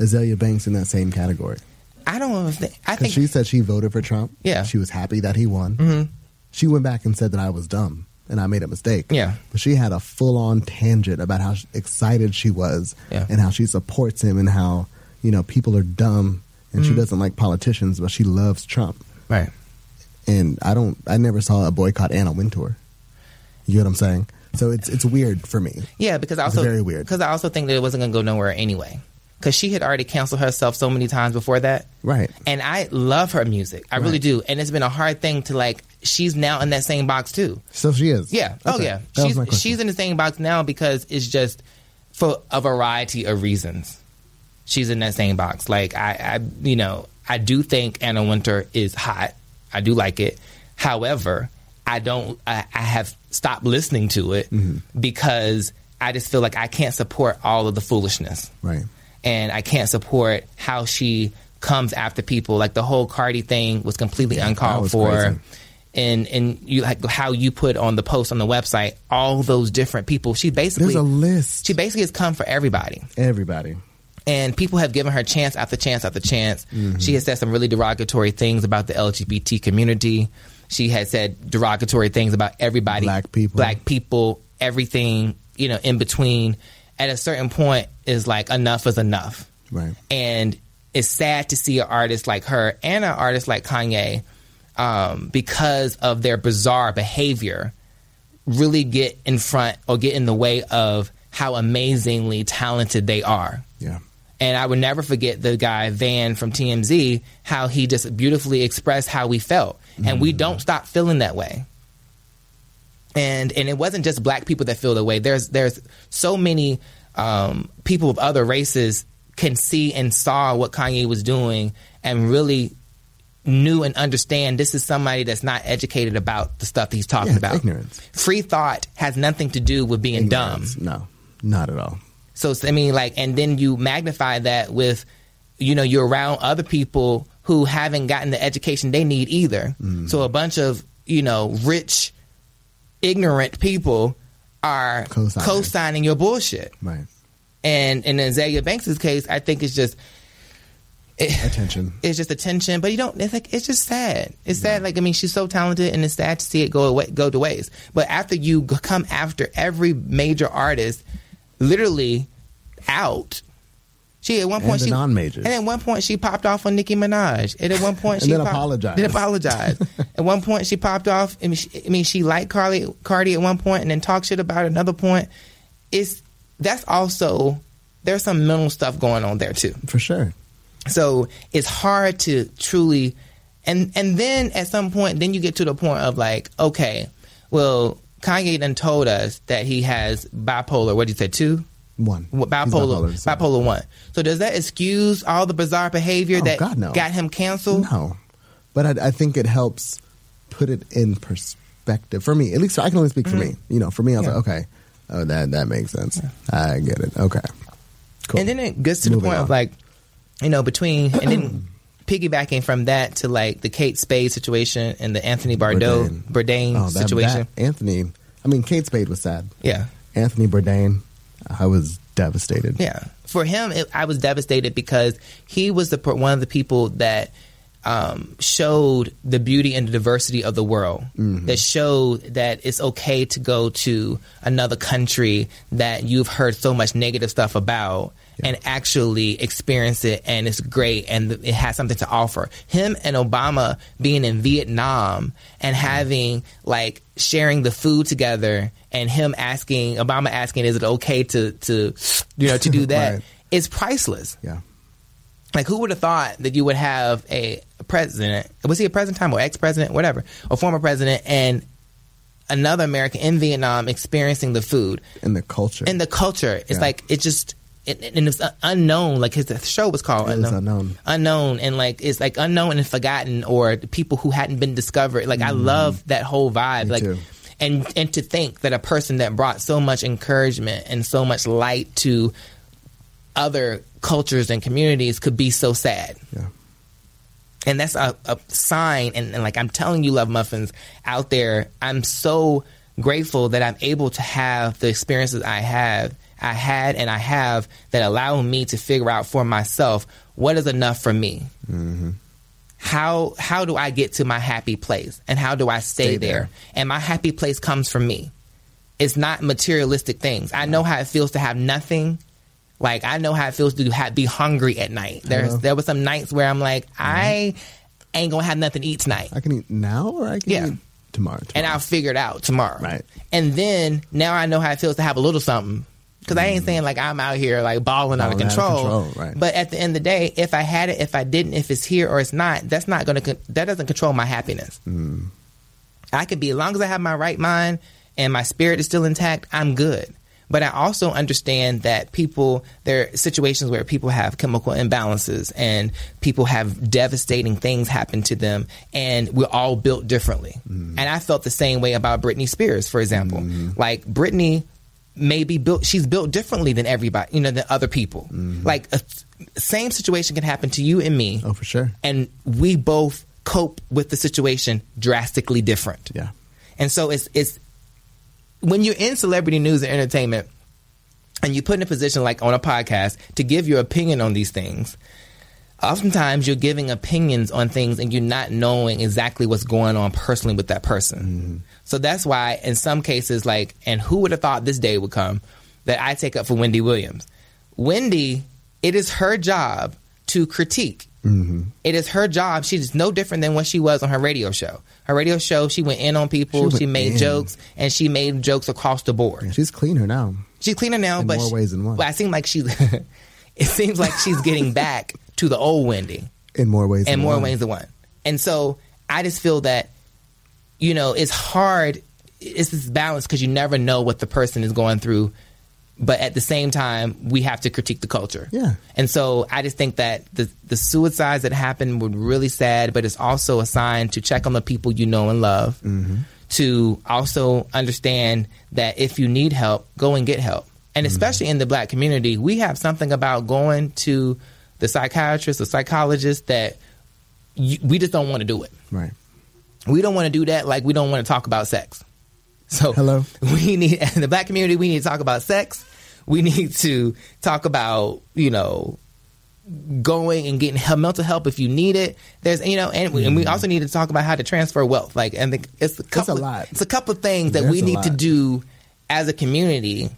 Azalea Banks in that same category? I don't think I Because think she said she voted for Trump. Yeah. Mm-hmm. She was happy that he won. She went back and said that I was dumb and I made a mistake. Yeah. But she had a full on tangent about how sh- excited she was Yeah. and how she supports him and how, you know, people are dumb and Mm-hmm. she doesn't like politicians, but she loves Trump. right. And I don't, I never saw a boycott Anna Wintour. You know what I'm saying? So it's it's weird for me. Yeah, because I also very weird. Because I also think that it wasn't going to go nowhere anyway. Because she had already canceled herself so many times before that. Right. And I love her music. I really do. And it's been a hard thing to like. She's now in that same box too. So she is. Yeah. Oh Okay. yeah. That was my She's question. she's in the same box now because it's just for a variety of reasons. She's in that same box. Like I, I you know, I do think Anna Winter is hot. I do like it. However, I don't. I, I have stopped listening to it Mm-hmm. because I just feel like I can't support all of the foolishness Right. and I can't support how she comes after people. Like the whole Cardi thing was completely uncalled was for. crazy. And and you like how you put on the post on the website all those different people. She basically There's a list. She basically has come for everybody, Everybody. and people have given her chance after chance after chance. Mm-hmm. She has said some really derogatory things about the LGBT community. She has said derogatory things about everybody, Black people. black people, everything you know in between. At a certain point, is like enough is enough Right. and it's sad to see an artist like her and an artist like Kanye, um, because of their bizarre behavior, really get in front or get in the way of how amazingly talented they are. Yeah. And I would never forget the guy Van from TMZ, how he just beautifully expressed how we felt, and Mm. we don't stop feeling that way. And and it wasn't just black people that feel that way. There's there's so many um, people of other races can see and saw what Kanye was doing and really knew and understand this is somebody that's not educated about the stuff that he's talking Yeah, it's about. ignorance. Free thought has nothing to do with being dumb. No. Not at all. So I mean, like, and then you magnify that with, you know, you're around other people who haven't gotten the education they need either. So a bunch of you know rich, ignorant people are Co-signing. co-signing your bullshit. Right. And in Azalea Banks' case, I think it's just Attention. (laughs) it's just attention, but you don't. It's like it's just sad. It's sad. Like I mean, she's so talented, and it's sad to see it go away, go to waste. But after you g- come after every major artist, literally out. She at one And point the she non-majors. and at one point she popped off on Nicki Minaj, and at one point (laughs) she And then pop- apologized. Then (laughs) apologized. at one point she popped off. I mean, she, I mean, she liked Carly Cardi at one point, and then talked shit about it at another point. It's that's also there's some mental stuff going on there too. for sure. So it's hard to truly and and then at some point then you get to the point of like, okay, well, Kanye done told us that he has bipolar, what did you say, two? One What, He's bipolar, so- bipolar, one. So does that excuse all the bizarre behavior Oh, that God, no. got him canceled? No, but I, I think it helps put it in perspective for me. At least I can only speak for me. You know, for me, I was Mm-hmm. Yeah. like, okay, oh that that makes sense. I get it. Okay, cool. And then it gets to the Moving point on. of like, you know, between and (clears throat) then piggybacking from that to like the Kate Spade situation and the Anthony Bardot Bourdain Oh, that- situation. that Anthony. I mean, Kate Spade was sad. Yeah. Anthony Bourdain, I was devastated. Yeah. For him, it, I was devastated because he was the per- one of the people that um, showed the beauty and the diversity of the world. That showed that it's okay to go to another country that you've heard so much negative stuff about and actually experience it, and it's great, and th- it has something to offer. Him and Obama being in Vietnam and having like sharing the food together, and him asking Obama asking, "Is it okay to to you know to (laughs) do that?" Right. It's priceless. Yeah. Like, who would have thought that you would have a president? Was he a president time or ex president, whatever, or former president, and another American in Vietnam experiencing the food and the culture and the culture? It's Yeah. like it just it, it- and it's uh, unknown. Like his show was called It is unknown. unknown, and like it's like unknown and forgotten, or the people who hadn't been discovered. Like I love that whole vibe. Mm-hmm. Me like. too. And, and to think that a person that brought so much encouragement and so much light to other cultures and communities could be so sad. Yeah. And that's a, a sign. And, and like I'm telling you, Love Muffins out there, I'm so grateful that I'm able to have the experiences I have, I had, and I have that allow me to figure out for myself what is enough for me. Mm-hmm. How how do I get to my happy place, and how do I stay, Stay there. there? And my happy place comes from me. It's not materialistic things. I know how it feels to have nothing. Like I know how it feels to ha- be hungry at night. There's know. there was some nights where I'm like, I ain't gonna have nothing to eat tonight, I can eat now or I can Yeah. eat tomorrow. and I'll figure it out tomorrow. Right. And then now I know how it feels to have a little something. Because I ain't saying like I'm out here like balling out of Balling out of control. control, right. But at the end of the day, if I had it, if I didn't, if it's here or it's not, that's not gonna con- that doesn't control my happiness. I could be as long as I have my right mind and my spirit is still intact, I'm good. But I also understand that people there are situations where people have chemical imbalances and people have devastating things happen to them and we're all built differently. Mm-hmm. And I felt the same way about Britney Spears, for example. Like Britney maybe built she's built differently than everybody, you know, than other people. Like a same situation can happen to you and me Mm-hmm. oh, for sure. and we both cope with the situation drastically different. Yeah. And so it's it's when you're in celebrity news and entertainment and you put in a position like on a podcast to give your opinion on these things, oftentimes you're giving opinions on things and you're not knowing exactly what's going on personally with that person. Mm-hmm. So that's why in some cases like and who would have thought this day would come that I take up for Wendy Williams. Wendy, it is her job to critique. Mm-hmm. It is her job. She is no different than what she was on her radio show. Her radio show, she went in on people, She she, went made in. jokes, and she made jokes across the board. Yeah, She's cleaner now. She's cleaner now, In but more she- (laughs) ways than one. Well, I seem like she's. it seems like she's getting back to the old Wendy In more ways and than more one. ways than one. And so I just feel that, you know, it's hard. It's this balance because you never know what the person is going through. But at the same time, we have to critique the culture. Yeah. And so I just think that the, the suicides that happened were really sad, but it's also a sign to check on the people you know and love, to also understand that if you need help, go and get help. And especially in the black community, we have something about going to the psychiatrist or psychologist that you, we just don't want to do it. Right. We don't want to do that like we don't want to talk about sex. So Hello. (laughs) we need in the black community we need to talk about sex. We need to talk about, you know, going and getting help, mental help if you need it. There's you know, and we, Mm. and we also need to talk about how to transfer wealth. Like and the, it's a couple lot. it's a couple of things that we There's a need to lot. do as a community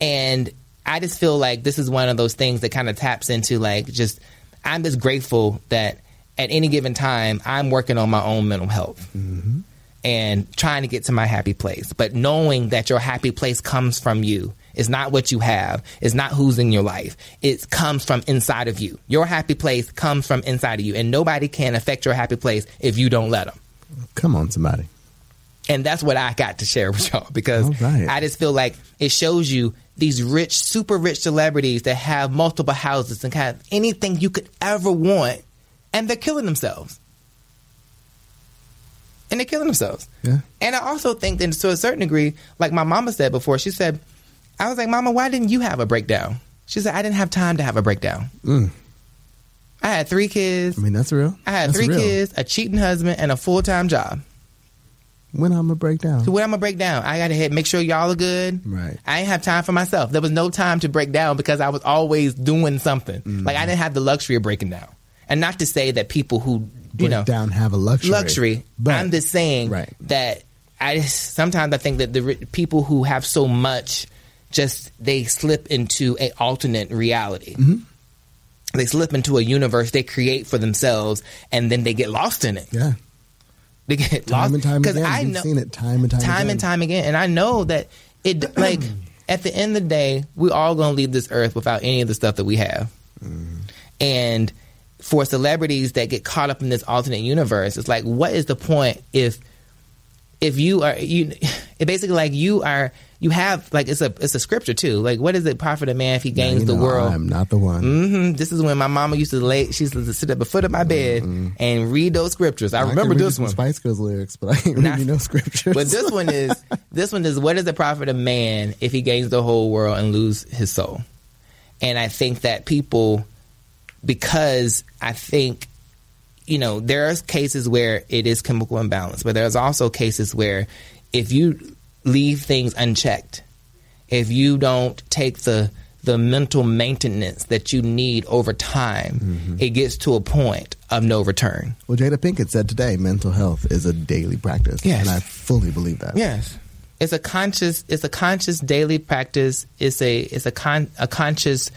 and I just feel like this is one of those things that kind of taps into like just I'm just grateful that at any given time I'm working on my own mental health Mm-hmm. and trying to get to my happy place, but knowing that your happy place comes from you It's not what you have. It's not who's in your life. It comes from inside of you. Your happy place comes from inside of you, and nobody can affect your happy place if you don't let them. Come on, somebody. And that's what I got to share with y'all because All right. I just feel like it shows you these rich, super rich celebrities that have multiple houses and have anything you could ever want, and they're killing themselves. And they're killing themselves. Yeah. And I also think that to a certain degree, like my mama said before, she said, I was like, Mama, why didn't you have a breakdown? She said, I didn't have time to have a breakdown. Mm. I had three kids. I mean, that's real. I had That's three real. kids, a cheating husband, and a full time job. When I'm a breakdown. So what I'm gonna break down? I gotta hit, make sure y'all are good. Right. I ain't have time for myself. There was no time to break down because I was always doing something. Mm-hmm. Like I didn't have the luxury of breaking down. And not to say that people who you Break know down have a luxury. luxury. But I'm just saying Right. that I just- sometimes I think that the ri- people who have so much just they slip into a alternate reality. Mm-hmm. They slip into a universe they create for themselves, and then they get lost in it. yeah, They get time lost and time because again. I We've know seen it time and time, time again. and time again. And I know that (clears throat) it like at the end of the day, we all gonna leave this earth without any of the stuff that we have. Mm. And for celebrities that get caught up in this alternate universe, it's like, what is the point if if you are you (sighs) it basically like you are you have like it's a it's a scripture too. Like what does it profit a man if he Now gains you the know world? I'm not the one. hmm This is when my mama used to lay. She used to sit at the foot of my bed and read those scriptures. I, Mm-hmm. I can remember read you this some one. Spice Girls lyrics, but I ain't Nah. reading no scriptures. But this one is this one is what is the profit of man if he gains the whole world and lose his soul? And I think that people because I think you know there are cases where it is chemical imbalance, but there's also cases where if you leave things unchecked, if you don't take the the mental maintenance that you need over time, it gets to a point of no return. well, Jada Pinkett said today, mental health is a daily practice, Yes. and I fully believe that. Yes. It's a conscious it's a conscious daily practice. It's a it's a con a conscious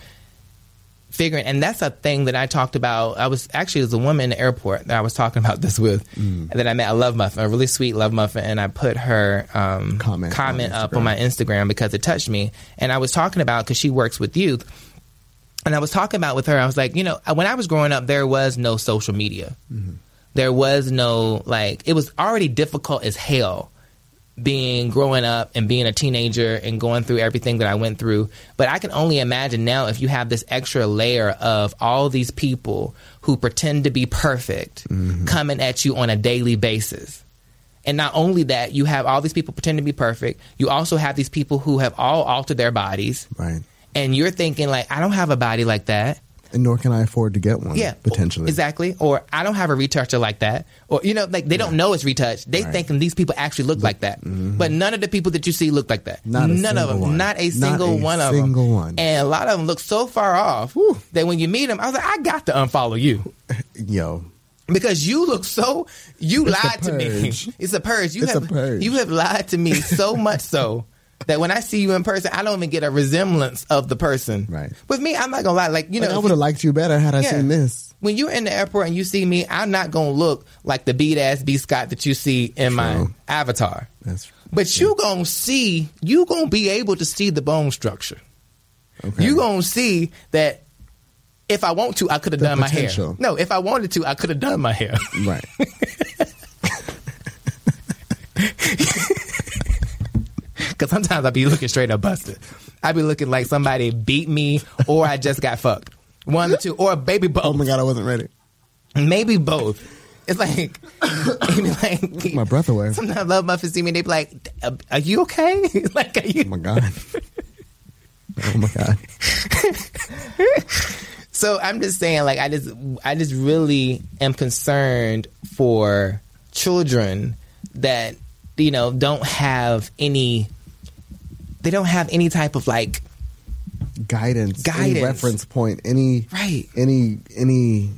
figuring and that's a thing that I talked about. I was actually it was a woman in the airport that I was talking about this with Mm. that I met a love muffin, a really sweet love muffin, and I put her um, Comment on up Instagram. on my Instagram because it touched me. And I was talking about because she works with youth and I was talking about with her, I was like, you know, when I was growing up, there was no social media. Mm-hmm. There was no, like, it was already difficult as hell being growing up and being a teenager and going through everything that I went through. But I can only imagine now if you have this extra layer of all these people who pretend to be perfect coming at you on a daily basis. And not only that, you have all these people pretend to be perfect. You also have these people who have all altered their bodies Right. and you're thinking like I don't have a body like that. And nor can I afford to get one. Yeah, Potentially. exactly. Or I don't have a retoucher like that. Or you know, like they don't know it's retouched. They Right. mm-hmm. thinking these people actually look like that, but none of the people that you see look like that. Not a none of them. single one. Not a Not single a one of single them. one. And a lot of them look so far off Whew. that when you meet them, I was like, I got to unfollow you. Yo. Because you look so, you It's a lied to me. purge. (laughs) It's a purge. You It's have a purge. you have lied to me (laughs) so much so that when I see you in person, I don't even get a resemblance of the person. Right. With me, I'm not gonna lie. Like you Like, know, I would have liked you better had I Yeah. seen this. when you're in the airport and you see me, I'm not gonna look like the beat ass B Scott that you see in my True. avatar. That's But you gonna see, you gonna be able to see the bone structure. okay. You gonna see that if I want to, I could have The done my potential. hair. No, if I wanted to, I could have done my hair. (laughs) Right. Because sometimes I be looking straight up busted. I be looking like somebody beat me or I just got fucked. One or two, or baby oh both, my god, I wasn't ready. maybe both. It's like, (laughs) and like Took my breath away. Oh Sometimes love muffins see me and they be like, "Are- "Are you okay? (laughs) like, are you?" my god. (laughs) Oh my god. So I'm just saying, like, I just, I just really am concerned for children that you know don't have any, they don't have any type of like, Guidance. any Guidance. reference point. Any Right. any any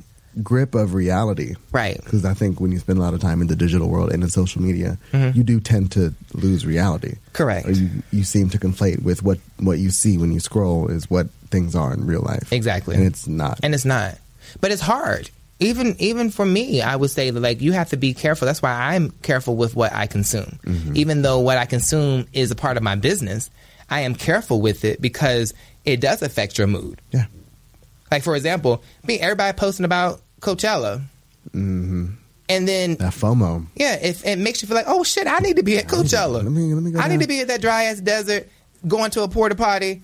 grip of reality. right? Because I think when you spend a lot of time in the digital world and in social media, you do tend to lose reality. Mm-hmm. Correct. Or you, you seem to conflate with what, what you see when you scroll is what things are in real life. Exactly. And it's not. and it's not but it's hard even even for me i would say that like you have to be careful that's why i'm careful with what i consume even though what i consume is a part of my business I am careful with it because it does affect your mood. Yeah. Like for example, me everybody posting about Coachella, Mm-hmm. and then That FOMO. yeah, if it makes you feel like oh shit, I need to be at Coachella. Let me- let me go I down. need to be at that dry ass desert, going to a porta potty.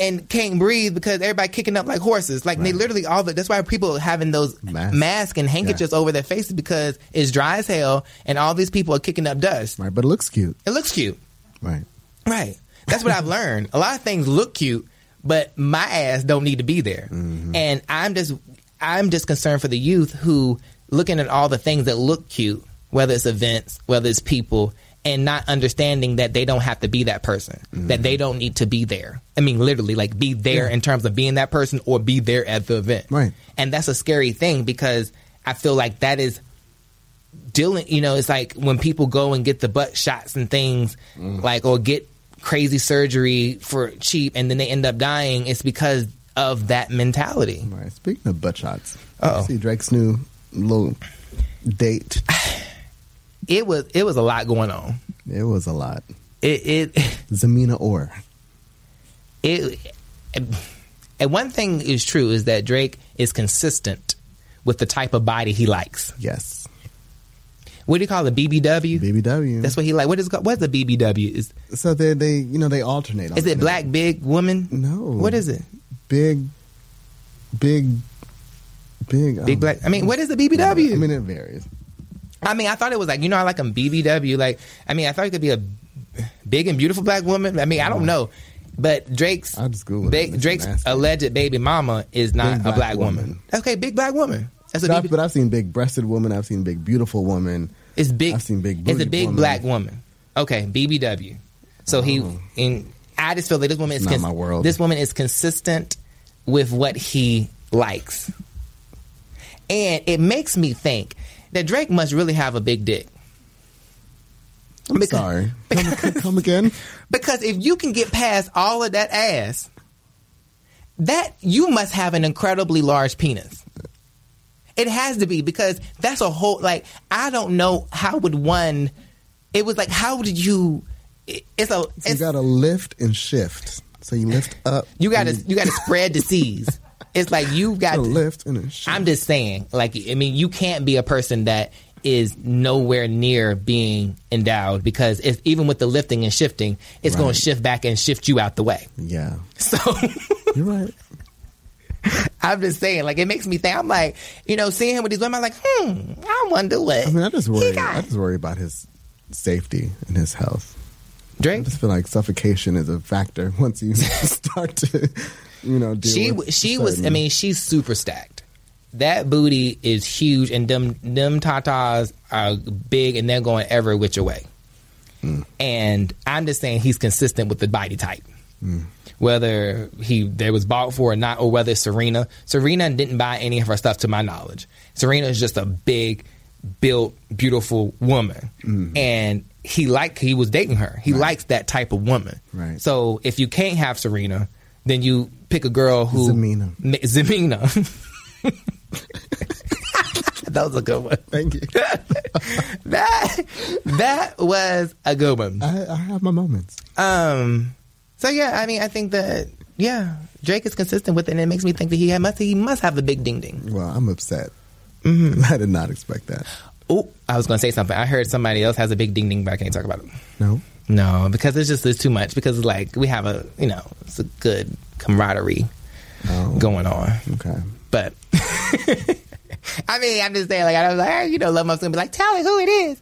And can't breathe because everybody kicking up like horses. Like they literally all the. That's why people are having those Masks. masks and handkerchiefs over their faces because it's dry as hell, and all these people are kicking up dust. Right, but it looks cute. It looks cute. Right. Right. That's what I've learned. A lot of things look cute, but my ass don't need to be there. And I'm just I'm just concerned for the youth who looking at all the things that look cute, whether it's events, whether it's people, and not understanding that they don't have to be that person. That they don't need to be there. I mean literally like be there in terms of being that person or be there at the event. Right. And that's a scary thing because I feel like that is dealing you know it's like when people go and get the butt shots and things Mm. like or get crazy surgery for cheap and then they end up dying it's because of that mentality Right. Speaking of butt shots, Uh-oh. see Drake's new little date. it was it was a lot going on It was a lot. it it (laughs) Zamina Orr. it and one thing is true is that drake is consistent with the type of body he likes Yes. what do you call it bbw BBW. that's what he like what is it called- what's a bbw is so they they you know they alternate. on is it the- black big woman No. what is it Big, big, big. big um, black i mean what is the bbw I mean it varies. I mean, I thought it was like you know, I like a BBW. Like, I mean, I thought it could be a big and beautiful black woman. I mean, I don't know, but Drake's I'll just Google it. ba- It's Drake's nasty. alleged baby mama is not Big a black black woman. woman. Okay, big black woman. That's a But, I've, BB- but I've seen big breasted woman. I've seen big beautiful woman. it's big. I've seen big It's a booty big woman. black woman. Okay, BBW. So he and I just feel that this woman is Oh. Not my world. This woman is consistent with what he likes, and it makes me think that Drake must really have a big dick. I'm Because- (laughs) sorry. Come, come again. Because if you can get past all of that ass, that you must have an incredibly large penis. It has to be because that's a whole like I don't know how would one it was like how did you it- it's a You it's, gotta lift and shift. So you lift up. you got to and you got to spread the seas. It's like you got gotta to lift and then shift. I'm just saying, like, I mean, you can't be a person that is nowhere near being endowed because it's, even with the lifting and shifting, it's going Right. to shift back and shift you out the way. yeah. (laughs) So You're right. I'm just saying, like, it makes me think. I'm like, you know, seeing him with these women, I'm like, hmm, I wonder what I mean, I just worry. got- I just worry about his safety and his health. I Drake. just feel like suffocation is a factor (laughs) once you start to, you know, deal She with she was. I certain- mean, she's super stacked. That booty is huge, and them them tatas are big, and they're going every which way. And I'm just saying he's consistent with the body type. Whether he they was bought for or not, or whether it's Serena, Serena didn't buy any of her stuff to my knowledge. Serena is just a big, built, beautiful woman, and he liked he was dating her. He likes that type of woman. Right. So if you can't have Serena, then you pick a girl who Zemina. Ma- (laughs) Zemina. that was a good one. (laughs) thank you. (laughs) That that was a good one. I, I have my moments. Um. So yeah, I mean, I think that yeah, Drake is consistent with it, and it makes me think that he had must he must have the big ding ding. Well, I'm upset. Mm-hmm. (laughs) I did not expect that. Oh, I was going to say something. I heard somebody else has a big ding ding, but I can't talk about it. No, No, because it's just it's too much. Because like we have a you know it's a good camaraderie Oh. going on. okay. But (laughs) I mean, I'm just saying, like, I was like, ah, you know, Love Muff's gonna be like, tell her who it is.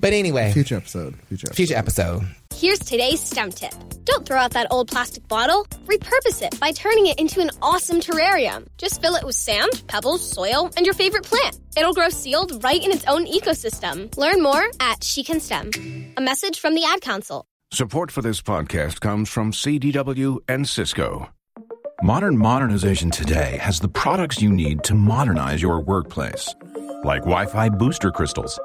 But anyway, Future episode. Future. Episode. future episode. Here's today's STEM tip. Don't throw out that old plastic bottle. Repurpose it by turning it into an awesome terrarium. Just fill it with sand, pebbles, soil, and your favorite plant. It'll grow sealed right in its own ecosystem. Learn more at She Can STEM. A message from the Ad Council. Support for this podcast comes from CDW and Cisco. Modern modernization today has the products you need to modernize your workplace, like Wi Fi booster crystals.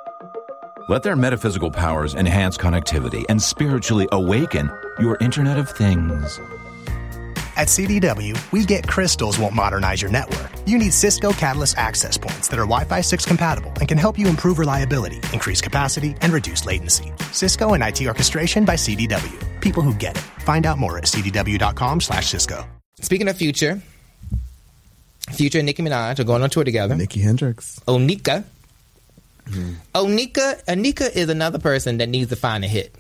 Let their metaphysical powers enhance connectivity and spiritually awaken your Internet of Things. At CDW, we get crystals won't modernize your network. You need Cisco Catalyst access points that are Wi Fi 6 compatible and can help you improve reliability, increase capacity, and reduce latency. Cisco and IT orchestration by CDW. People who get it. Find out more at cdw.com slash Cisco. Speaking of Future, Future and Nicki Minaj are going on tour together. Nikki Hendrix. Onika. Onika Anika is another person that needs to find a hit.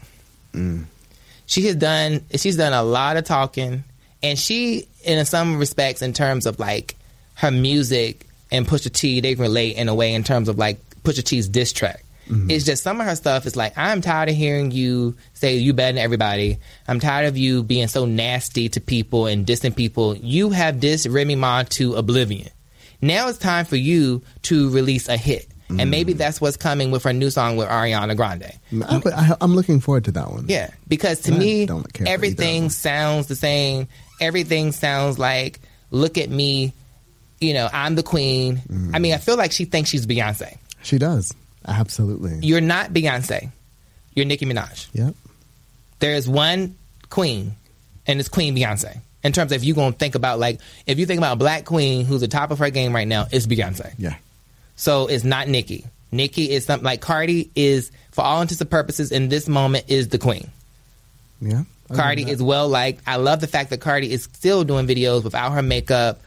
She has done she's done a lot of talking and she in some respects in terms of like her music and Pusha T they relate in a way in terms of like Pusha T's diss track. It's just some of her stuff is like I'm tired of hearing you say you better than everybody. I'm tired of you being so nasty to people and dissing people. You have dissed Remy Ma to oblivion. Now it's time for you to release a hit. And maybe that's what's coming with her new song with Ariana Grande. I, would- I, am looking forward to that one. Mm-hmm. Yeah, because to I me, don't care for either everything of them. sounds the same. Everything sounds like, look at me, you know, I'm the queen. Mm. I mean, I feel like she thinks she's Beyonce. She does. Absolutely. You're not Beyonce. You're Nicki Minaj. yep. There is one queen, and it's Queen Beyonce. In terms of if you're going to think about, like, if you think about a black queen who's the top of her game right now, it's Beyonce. Yeah. So it's not Nikki. Nikki is something like Cardi is, for all intents and purposes, in this moment, is the queen. Yeah. Other Cardi than is that, well liked. I love the fact that Cardi is still doing videos without her makeup,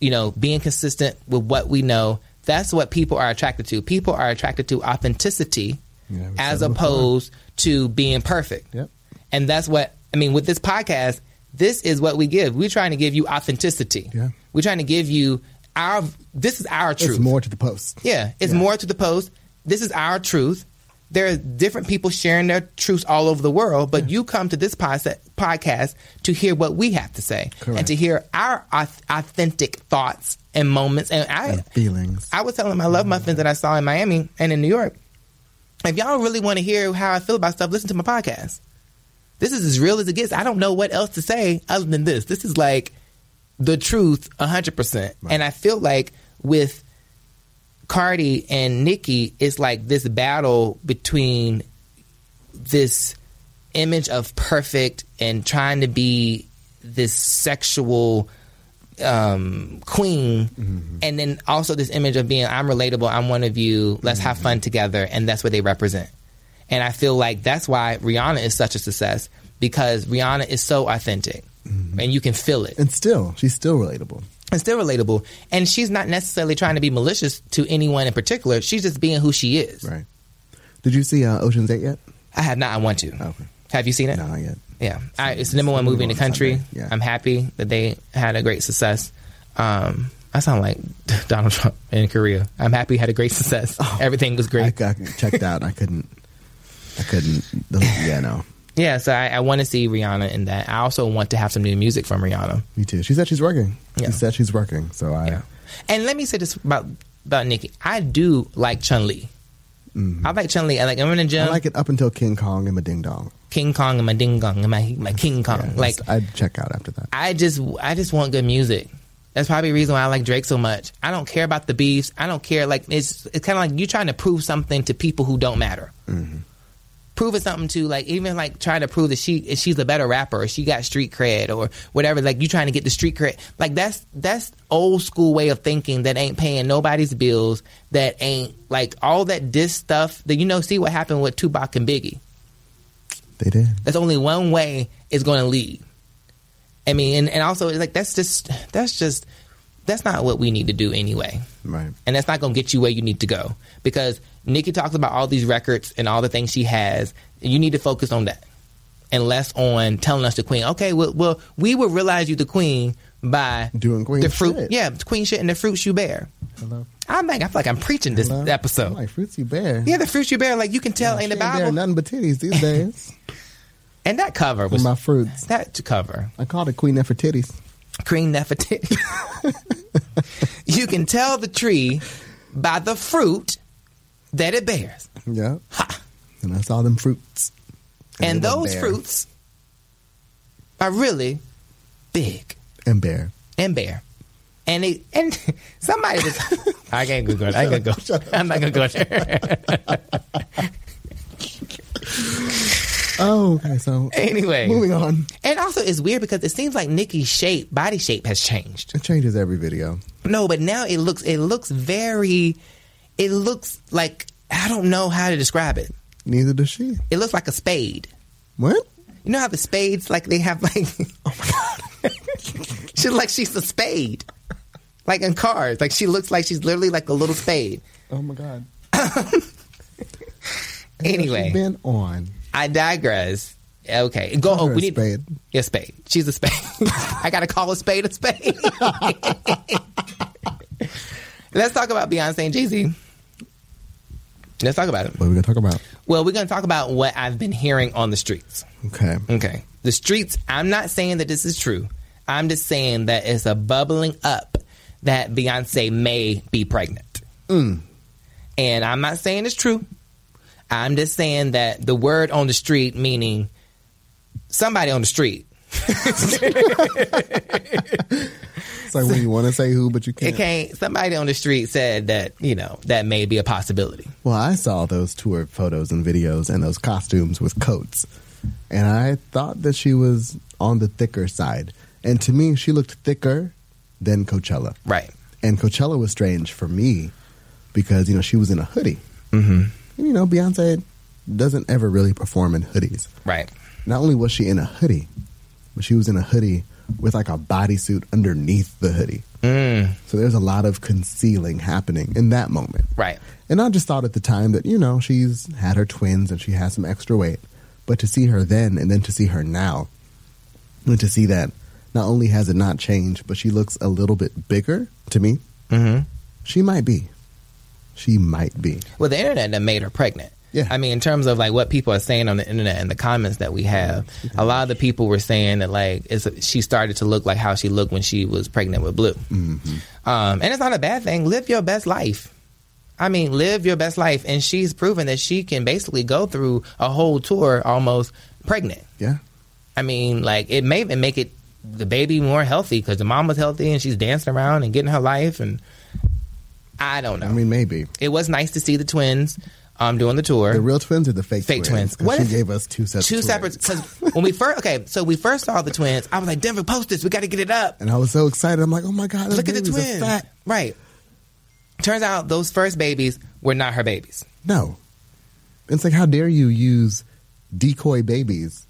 you know, being consistent with what we know. That's what people are attracted to. People are attracted to authenticity Yeah, we as said before. opposed to being perfect. Yep. And that's what I mean with this podcast, this is what we give. We're trying to give you authenticity. Yeah. We're trying to give you our this is our truth. It's more to the post. Yeah, it's more to the post. This is our truth. There are different people sharing their truths all over the world, but you come to this pos- podcast to hear what we have to say and Correct. to hear our auth- authentic thoughts and moments. And I, And feelings. Mm-hmm. I was telling my love muffins that I saw in Miami and in New York. If y'all really want to hear how I feel about stuff, listen to my podcast. This is as real as it gets. I don't know what else to say other than this. This is like the truth, hundred percent. And I feel like with Cardi and Nicki, it's like this battle between this image of perfect and trying to be this sexual um, queen, Mm-hmm. and then also this image of being I'm relatable, I'm one of you, let's have fun Mm-hmm. together, and that's what they represent. And I feel like that's why Rihanna is such a success because Rihanna is so authentic, and you can feel it Mm-hmm. And still, she's still relatable. and still relatable. And she's not necessarily trying to be malicious to anyone in particular. She's just being who she is. Right. Did you see uh, Ocean's Eight yet? I have not. I want to. Okay. Have you seen it? No, not yet. Yeah, I, it's the number one movie in the Number one country. Sunday, yeah. I'm happy that they had a great success. Um, I sound like (laughs) Donald Trump in Korea. I'm happy he had a great (laughs) success. Everything was Oh, I, great. I checked out. I couldn't. I couldn't. Yeah, no. yeah, so I, I want to see Rihanna in that. I also want to have some new music from Rihanna. Me too. She said she's working. Yeah. She said she's working. So I. Yeah. And let me say this about about Nikki. I do like Chun Li. I like Chun Li. I like I'm in the gym. Mm-hmm. I like it up until King Kong and my Ding Dong. King Kong and my Ding Dong and my my King Kong. Oh, like I'd check out after that. I just I just want good music. That's probably the reason why I like Drake so much. I don't care about the beefs. I don't care. Like it's it's kind of like you trying to prove something to people who don't matter. Proving something to like even like trying to prove that she if she's a better rapper or she got street cred or whatever. Like you trying to get the street cred. Like that's that's old school way of thinking that ain't paying nobody's bills. That ain't like all that diss stuff. That you know, see what happened with Tupac and Biggie They did. that's only one way it's going to lead. I mean, and, and also it's like that's just that's just that's not what we need to do anyway, Right. and that's not going to get you where you need to go because Nikki talks about all these records and all the things she has. You need to focus on that and less on telling us the queen. Okay, well, well we will realize you the queen by Doing queen the fruit, shit. yeah, queen shit and the fruits you bear. Hello. I'm like I feel like I'm preaching this Hello? episode. I'm like Fruitsy Bear. yeah, the fruits you bear, like you can tell She in the ain't bearing Bible, nothing but titties (laughs) these days. and that cover with was my fruits. that cover. I called it Queen for Titties. Queen Nefertiti. (laughs) you can tell the tree by the fruit that it bears. Yeah. And I saw them fruits. And, they were those bare. fruits are really big And bear. and bare. And they, and (laughs) somebody was I can't go there. I can't go. I'm not gonna go there. Oh, okay. So anyway. Oh, moving on. (laughs) And also is weird because it seems like Nikki's shape, body shape, has changed. It changes every video. No, but now it looks it looks very it looks like I don't know how to describe it. Neither does she. It looks like a spade. What? You know how the spades like they have like (laughs) oh my god. (laughs) she like she's a spade. Like in cars. Like she looks like she's literally like a little spade. Oh my god. Anyway. been on. I digress. Okay, go. Call Oh, her we a need spade. Yeah, spade. She's a spade. (laughs) I gotta call a spade a spade. (laughs) Let's talk about Beyonce and Jay Z. Let's talk about it. What are we gonna talk about? Well, we're gonna talk about what I've been hearing on the streets. Okay. Okay, the streets. I'm not saying that this is true. I'm just saying that it's a bubbling up that Beyonce may be pregnant. And I'm not saying it's true. I'm just saying that the word on the street, meaning somebody on the street, It's like when you want to say who, but you can't. it can't. Somebody on the street said that you know that may be a possibility. Well, I saw those tour photos and videos and those costumes with coats, and I thought that she was on the thicker side. And to me, she looked thicker than Coachella. Right. And Coachella was strange for me because you know she was in a hoodie. Mm-hmm. And, you know, Beyonce doesn't ever really perform in hoodies. Right. Not only was she in a hoodie, but she was in a hoodie with like a bodysuit underneath the hoodie. Mm. So there's a lot of concealing happening in that moment. Right. And I just thought at the time that, you know, she's had her twins and she has some extra weight. But to see her then and then to see her now, and to see that not only has it not changed, but she looks a little bit bigger to me, Mm-hmm. she might be. She might be. Well, the internet that made her pregnant. Yeah. I mean, in terms of like what people are saying on the internet and the comments that we have, a lot of the people were saying that like it's, she started to look like how she looked when she was pregnant with Blue. Um, and it's not a bad thing. Live your best life. I mean, live your best life. And she's proven that she can basically go through a whole tour almost pregnant. Yeah. I mean, like it may even make it the baby more healthy because the mom was healthy and she's dancing around and getting her life. And I don't know I mean, maybe. it was nice to see the twins um, doing the tour. The real twins or the fake, Fake twins. 'Cause What She if- gave us two separate two twins. separate because when we first okay, so we first saw the twins. I was like, Denver, post this. We got to get it up. And I was so excited. I'm like, oh my God, that Look at the baby's a twins. fat- Right. Turns out those first babies were not her babies. No. It's like, how dare you use decoy babies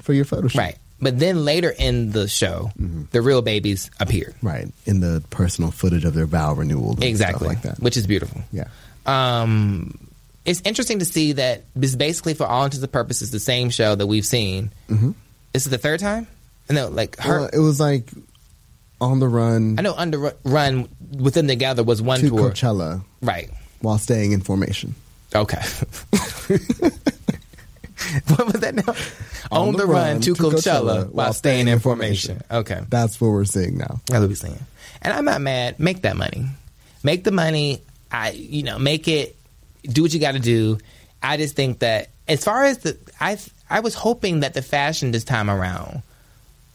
for your photo shoot? Right. But then later in the show, Mm-hmm. the real babies appeared. Right. In the personal footage of their vow renewal. And Exactly. Stuff like that. Which is beautiful. yeah. um, it's interesting to see that this basically, for all intents and purposes, the same show that we've seen. Mm-hmm. This is the third time. No, like her. Well, it was like on the run I know under run with them together was one to tour, Coachella right? while staying in formation. Okay. (laughs) what was that now? On, the, run, to Coachella, while staying in formation. Okay, That's what we're seeing now. that's what we're saying. And I'm not mad. Make that money. Make the money. I, you know, make it. Do what you got to do. I just think that as far as the, I, I was hoping that the fashion this time around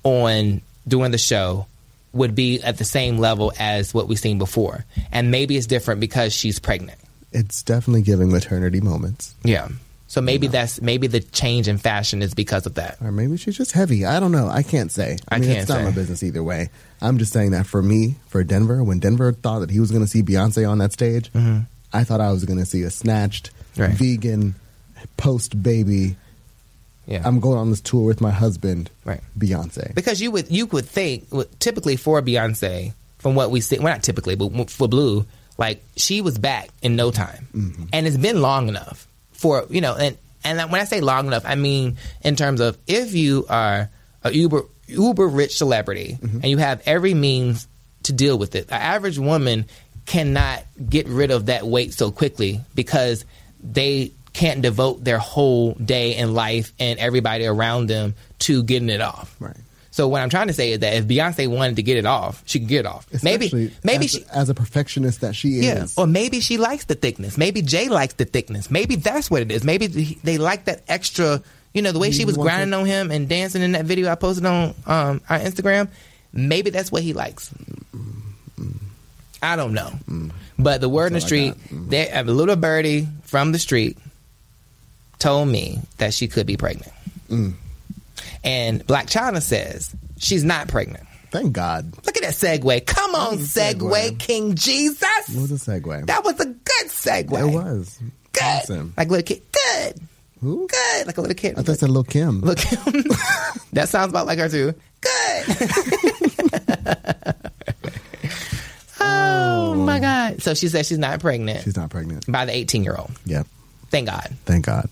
on doing the show would be at the same level as what we've seen before, and maybe it's different because she's pregnant. It's definitely giving maternity moments. Yeah. So maybe that's maybe the change in fashion is because of that. Or maybe she's just heavy. I don't know. I can't say. I mean, can't it's not say. my business either way. I'm just saying that for me, for Denver, when Denver thought that he was going to see Beyonce on that stage, I thought I was going to see a snatched, Mm-hmm. Right. vegan, post baby. Yeah. I'm going on this tour with my husband, Right. Beyonce. because you would you would think well, typically for Beyonce, from what we see, well not typically, but for Blue, like she was back in no time, and it's been long enough for you know, and and when I say long enough, I mean in terms of if you are a uber uber rich celebrity and you have every means to deal with it, the average woman cannot get rid of that weight so quickly because they can't devote their whole day and life and everybody around them to getting it off. Right. So what I'm trying to say is that if Beyonce wanted to get it off, she could get it off. Especially maybe maybe as, she as a perfectionist that she yeah, is. or maybe she likes the thickness. Maybe Jay likes the thickness. Maybe that's what it is. Maybe th- they like that extra. You know, the way she was wants grinding on him and dancing in that video I posted on um, our Instagram. Maybe that's what he likes. I don't know, but the word in the Mm. That's all I Mm. street, there, a little birdie Mm. from the street told me that she could be pregnant. And Black China says she's not pregnant. Thank God. Look at that segue. Come on, segue, segue. King Jesus. It was a segue. That was a good segue. it was. Good. Awesome. Like a little kid. Good. Who? Good. Like a little kid. I thought it said Lil Kim. Look, (laughs) that sounds about like her too. Good. (laughs) oh my god! So she says she's not pregnant She's not pregnant. by the 18 year old. Yep. Thank God. Thank God.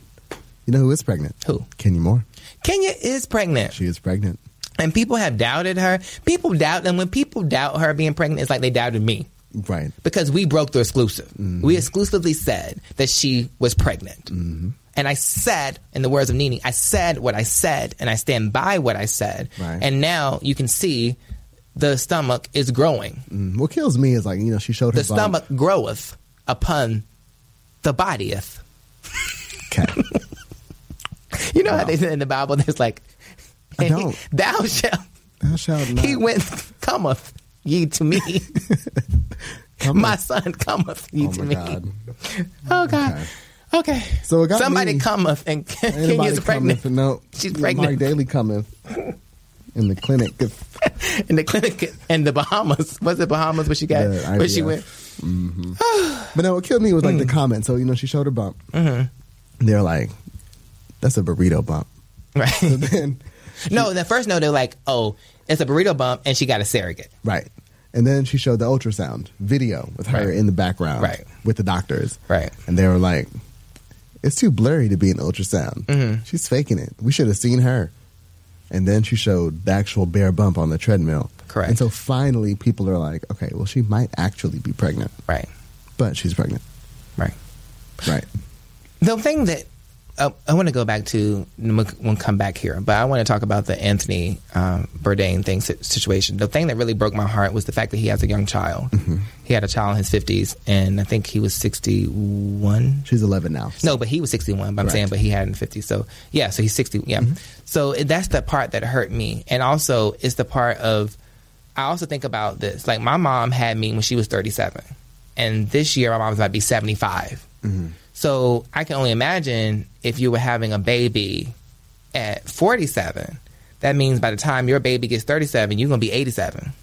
You know who is pregnant? Who? Kenya Moore. Kenya is pregnant, She is pregnant. and people have doubted her. People doubt, and when people doubt her being pregnant, it's like they doubted me Right. because we broke the exclusive. Mm-hmm. We exclusively said that she was pregnant. Mm-hmm. And I said, in the words of Nene, I said what I said, and I stand by what I said. Right. And now you can see the stomach is growing. Mm, What kills me is like, you know, she showed her The stomach groweth upon the bodyeth. (laughs) Okay. You know how they said in the Bible, there's like, I don't. thou shalt, Thou shalt not. he (laughs) went, cometh ye to me. My son cometh ye Oh to my me. God. Oh God. Okay. So it got Somebody me. cometh and (laughs) Ain't King nobody is pregnant. Cometh, no. She's Mark pregnant Daly cometh in the clinic. If- in the clinic in the Bahamas. Was it Bahamas where she got The where she IVF. went? But no, what killed me was like the Mm. comment. So, you know, she showed her bump. Mm-hmm. They're like, that's a burrito bump. (laughs) Right. And then, No, in the first note they're like, Oh, it's a burrito bump and she got a surrogate. right. And then she showed the ultrasound video with her Right. in the background Right. with the doctors. Right. And they were like, it's too blurry to be an ultrasound. Mm-hmm. She's faking it. We should have seen her. And then she showed the actual bare bump on the treadmill. Correct. And so finally people are like, okay, well, she might actually be pregnant, Right. but she's pregnant. Right. Right. The thing that uh, I want to go back to, we'll we'll come back here, but I want to talk about the Anthony um, Bourdain thing si- situation. The thing that really broke my heart was the fact that he has a young child. He had a child in his fifties, and I think he was sixty-one. She's 11 now. No, but he was 61, but I'm Correct. saying, but he had in 50. So, yeah, so he's 60. Yeah. So it- that's the part that hurt me. And also, it's the part of, I also think about this. Like, my mom had me when she was 37. And this year, my mom's about to be 75. So I can only imagine if you were having a baby at 47, that means by the time your baby gets 37, you're going to be 87.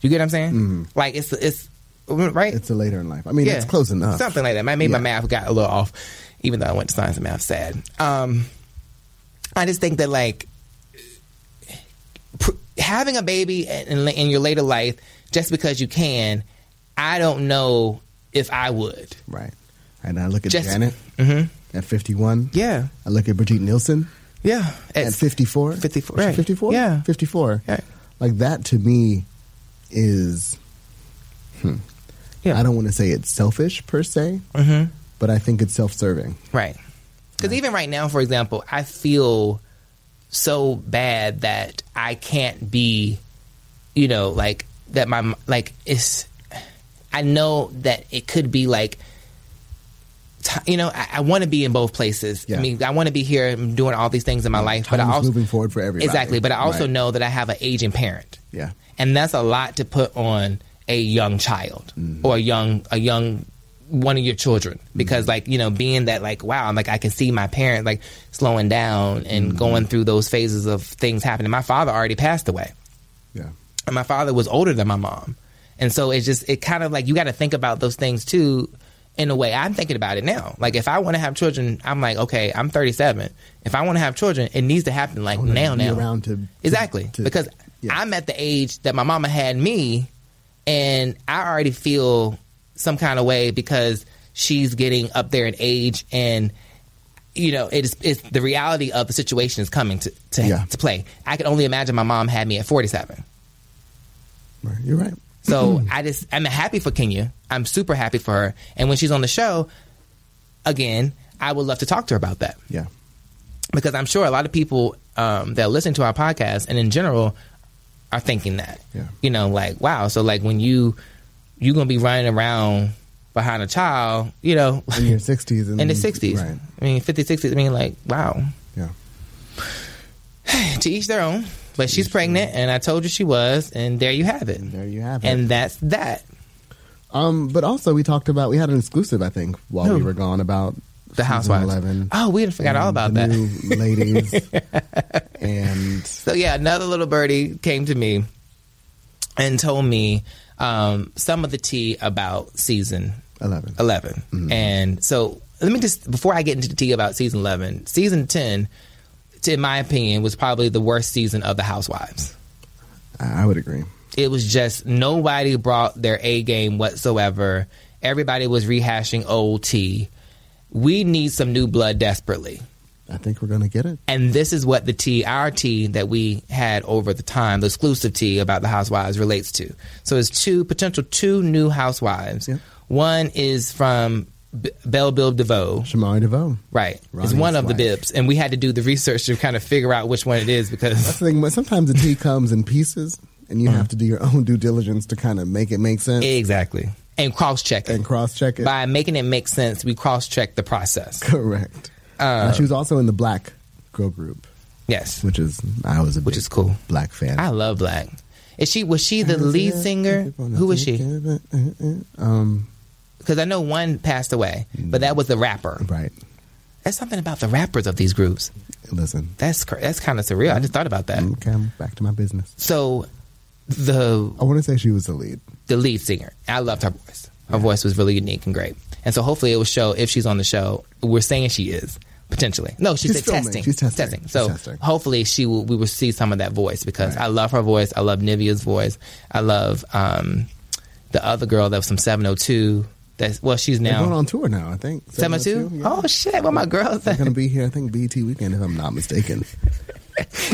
You get what I'm saying? Like, it's, it's, right? It's a later in life. I mean, it's close enough. Something like that. Maybe my Yeah. math got a little off, even though I went to science and math. Sad. Um, I just think that like pr- having a baby in, in your later life, just because you can, I don't know if I would. Right. And I look at Just- Janet at 51. Mm-hmm. Yeah. I look at Brigitte Nielsen Yeah. at 54. 54, Is she right. 54? Yeah. 54. Right. Like that to me is, hmm. Yeah. Mm-hmm. I don't want to say it's selfish per se, but I think it's self serving. Right. Because even right now, for example, I feel so bad that I can't be, you know, like that. My like it's. I know that it could be like. t- You know, I, I want to be in both places. Yeah. I mean, I want to be here and doing all these things in my life, but I Time's also moving forward for everybody. Exactly, but I also Right. know that I have an aging parent. Yeah. and that's a lot to put on a young child or a young a young one of your children because like you know being that like wow I'm like I can see my parent like slowing down and going through those phases of things happening. My father already passed away Yeah. and my father was older than my mom. And so it's just it kind of like you got to think about those things too in a way. I'm thinking about it now. Like if I want to have children, I'm like, okay, I'm 37. If I want to have children, it needs to happen like wanna now be now. around to- exactly. to- because yeah. I'm at the age that my mama had me and I already feel some kind of way because she's getting up there in age and you know, it's, it's the reality of the situation is coming to to, Yeah. to play. I can only imagine my mom had me at 47. Right. You're right. So Mm-hmm. I just I'm happy for Kenya. I'm super happy for her. And when she's on the show, again, I would love to talk to her about that Yeah. because I'm sure a lot of people um, that listen to our podcast and in general are thinking that. Yeah. You know, like wow. So like when you you're gonna be running around behind a child, you know, In your 60s. And, in the 60s. Mm, Right. I mean, 50s, 60s. I mean, like wow. Yeah. to each their own. But she's pregnant, and I told you she was, and there you have it. And there you have it. And that's that. Um, but also we talked about we had an exclusive, I think, while we were gone about The Housewives. 11. Oh, we had forgot all and about the that. (laughs) New ladies. and So yeah, another little birdie came to me and told me um, some of the tea about season 11. 11 Mm-hmm. And so let me just before I get into the tea about season eleven, season ten, t- in my opinion, was probably the worst season of the Housewives. I I would agree. It was just nobody brought their A game whatsoever. Everybody was rehashing old tea. We need some new blood desperately. I think we're going to get it. And this is what the tea, our tea that we had over the time, the exclusive tea about the housewives relates to. So it's two potential two new housewives. Yep. One is from B- Belle Bib DeVoe. Shamari DeVoe. Right. Ronnie's it's one of the wife. bibs. And we had to do the research to kind of figure out which one it is That's (laughs) because the thing. but Sometimes the tea comes in pieces, and you have to do your own due diligence to kind of make it make sense Exactly. And cross check it. and cross check it. By making it make sense, we cross check the (laughs) process. Correct. Uh, she was also in the Black Girl Group, Yes. which is I was a Which big is cool. Black fan. I love black. Is she was she the lead singer? Who was she? Um, Because I know one passed away, Mm. but that was the rapper. right. That's something about the rappers of these groups. Listen. That's cra- that's kind of surreal. I just thought about that. Okay, I'm back to my business. So the I want to say she was the lead. the lead singer, I loved her voice. Her voice was really unique and great. And so hopefully it will show if she's on the show. We're saying she is potentially. No, she She's said filming. testing. She's testing. She's So testing. hopefully she will. We will see some of that voice because I love her voice. I love Nivea's voice. I love um, the other girl that was from Seven Hundred Two. That's well, she's They're going now on tour now, I think. Seven Hundred Two. Oh shit! Where my girls? They're at? going to be here, I think, BET weekend, if I'm not (laughs) mistaken.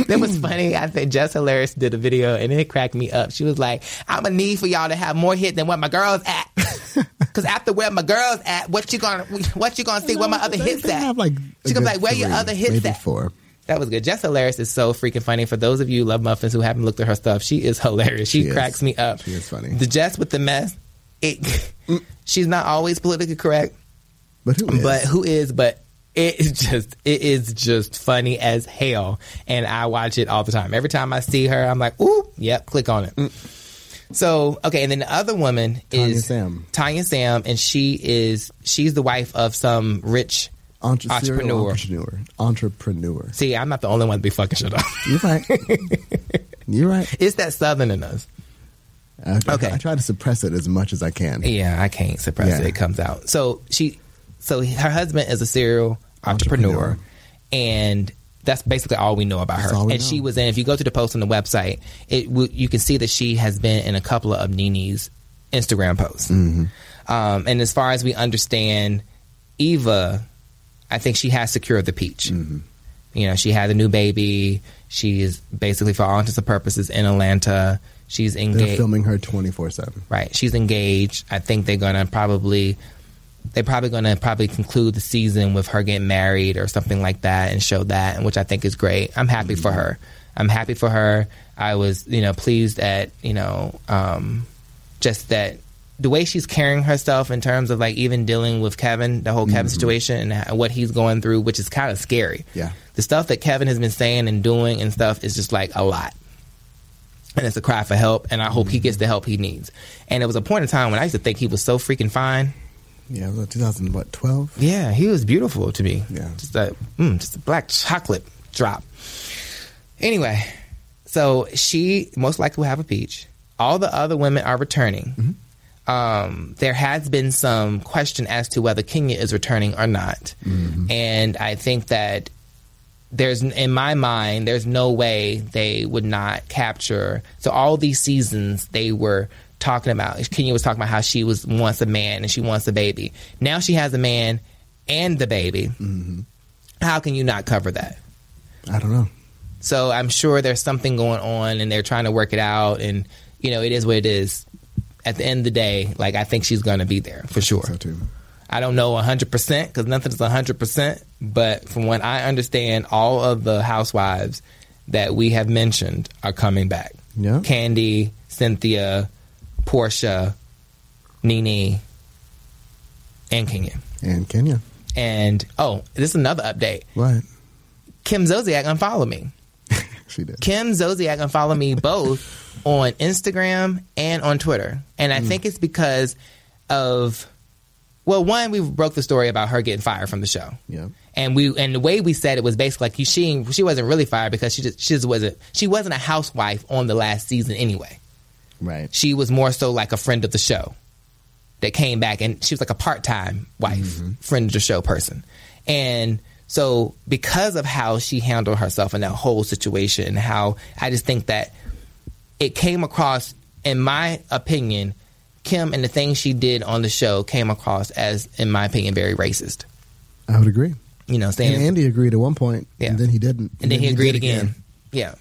That was funny. I think Jess Hilarious did a video and it cracked me up. She was like, I'm a need for y'all to have more hit than what my girls at. (laughs) Cause after where my girls at, what you gonna what you gonna see where my other They- hits they at? Have like a she gonna be good like, where your three, other hits maybe at? Four. That was good. Jess Hilarious is so freaking funny. For those of you who love muffins who haven't looked at her stuff, she is hilarious. She, She is. cracks me up. She is funny. Mm. The Jess with the mess, it she's not always politically correct. But who is? But who is? But it is (laughs) just it is just funny as hell, and I watch it all the time. Every time I see her, I'm like, ooh, yep, click on it. So okay, and then the other woman Mm. Tanya is Sam. Tanya Sam, and she is she's the wife of some rich. Entre- serial entrepreneur. entrepreneur. Entrepreneur. See, I'm not the only one to be fucking shit up. (laughs) You're right. (laughs) You're right. it's that southern in us. I, Okay. I try to suppress it as much as I can. Yeah, I can't suppress it. Yeah. It comes out. So she, so her husband is a serial entrepreneur, Entrepreneur. and that's basically all we know about her. all And we she know. was in. If you go to the post on the website, it w- you can see that she has been in a couple of Nini's Instagram posts. Mm-hmm. Um, and as far as we understand, Eva, I think she has secured the peach. Mm-hmm. You know, she had a new baby. She is basically, for all intents and purposes, in Atlanta. She's They're engaged filming her 24 7. right she's engaged i think they're gonna probably they're probably gonna probably conclude the season with her getting married or something like that and show that and which i think is great i'm happy for her i'm happy for her i was you know pleased at you know um just that the way she's carrying herself in terms of like even dealing with Kevin, the whole Kevin situation and h- what he's going through, which is kind of scary. Yeah. The stuff that Kevin has been saying and doing and stuff is just like a lot and it's a cry for help and i hope he gets the help he needs and it was a point in time when i used to think he was so freaking fine Yeah, it was 2012. yeah he was beautiful to me Yeah. just a, mm, just a black chocolate drop anyway so she most likely will have a peach all the other women are returning um, there has been some question as to whether kenya is returning or not and i think that there's in my mind there's no way they would not capture so all these seasons they were talking about kenya was talking about how she was wants a man and she wants a baby now she has a man and the baby how can you not cover that I don't know. so i'm sure there's something going on and they're trying to work it out and you know it is what it is at the end of the day like i think she's gonna be there for sure So, too. I don't know 100% because nothing's 100%, but from what I understand, all of the housewives that we have mentioned are coming back. Yeah. Candy, Cynthia, Portia, Nene, and Kenya. And Kenya. And oh, this is another update. What? (laughs) Kim Zodiac unfollowed me. She did. Kim Zodiac and follow me both on Instagram and on Twitter. And I think it's because of Well, one, we broke the story about her getting fired from the show. Yeah. And we and the way we said it was basically like she ain't- she wasn't really fired because she just she just wasn't she wasn't a housewife on the last season anyway. Right. She was more so like a friend of the show that came back and she was like a part time wife, friend of the show person. And so because of how she handled herself in that whole situation, how I just think that it came across, in my opinion, Kim and the things she did on the show came across as, in my opinion, very racist. I would agree. You know, saying And Andy agreed at one point, Yeah. and then he didn't. and then he did agreed again. Yeah.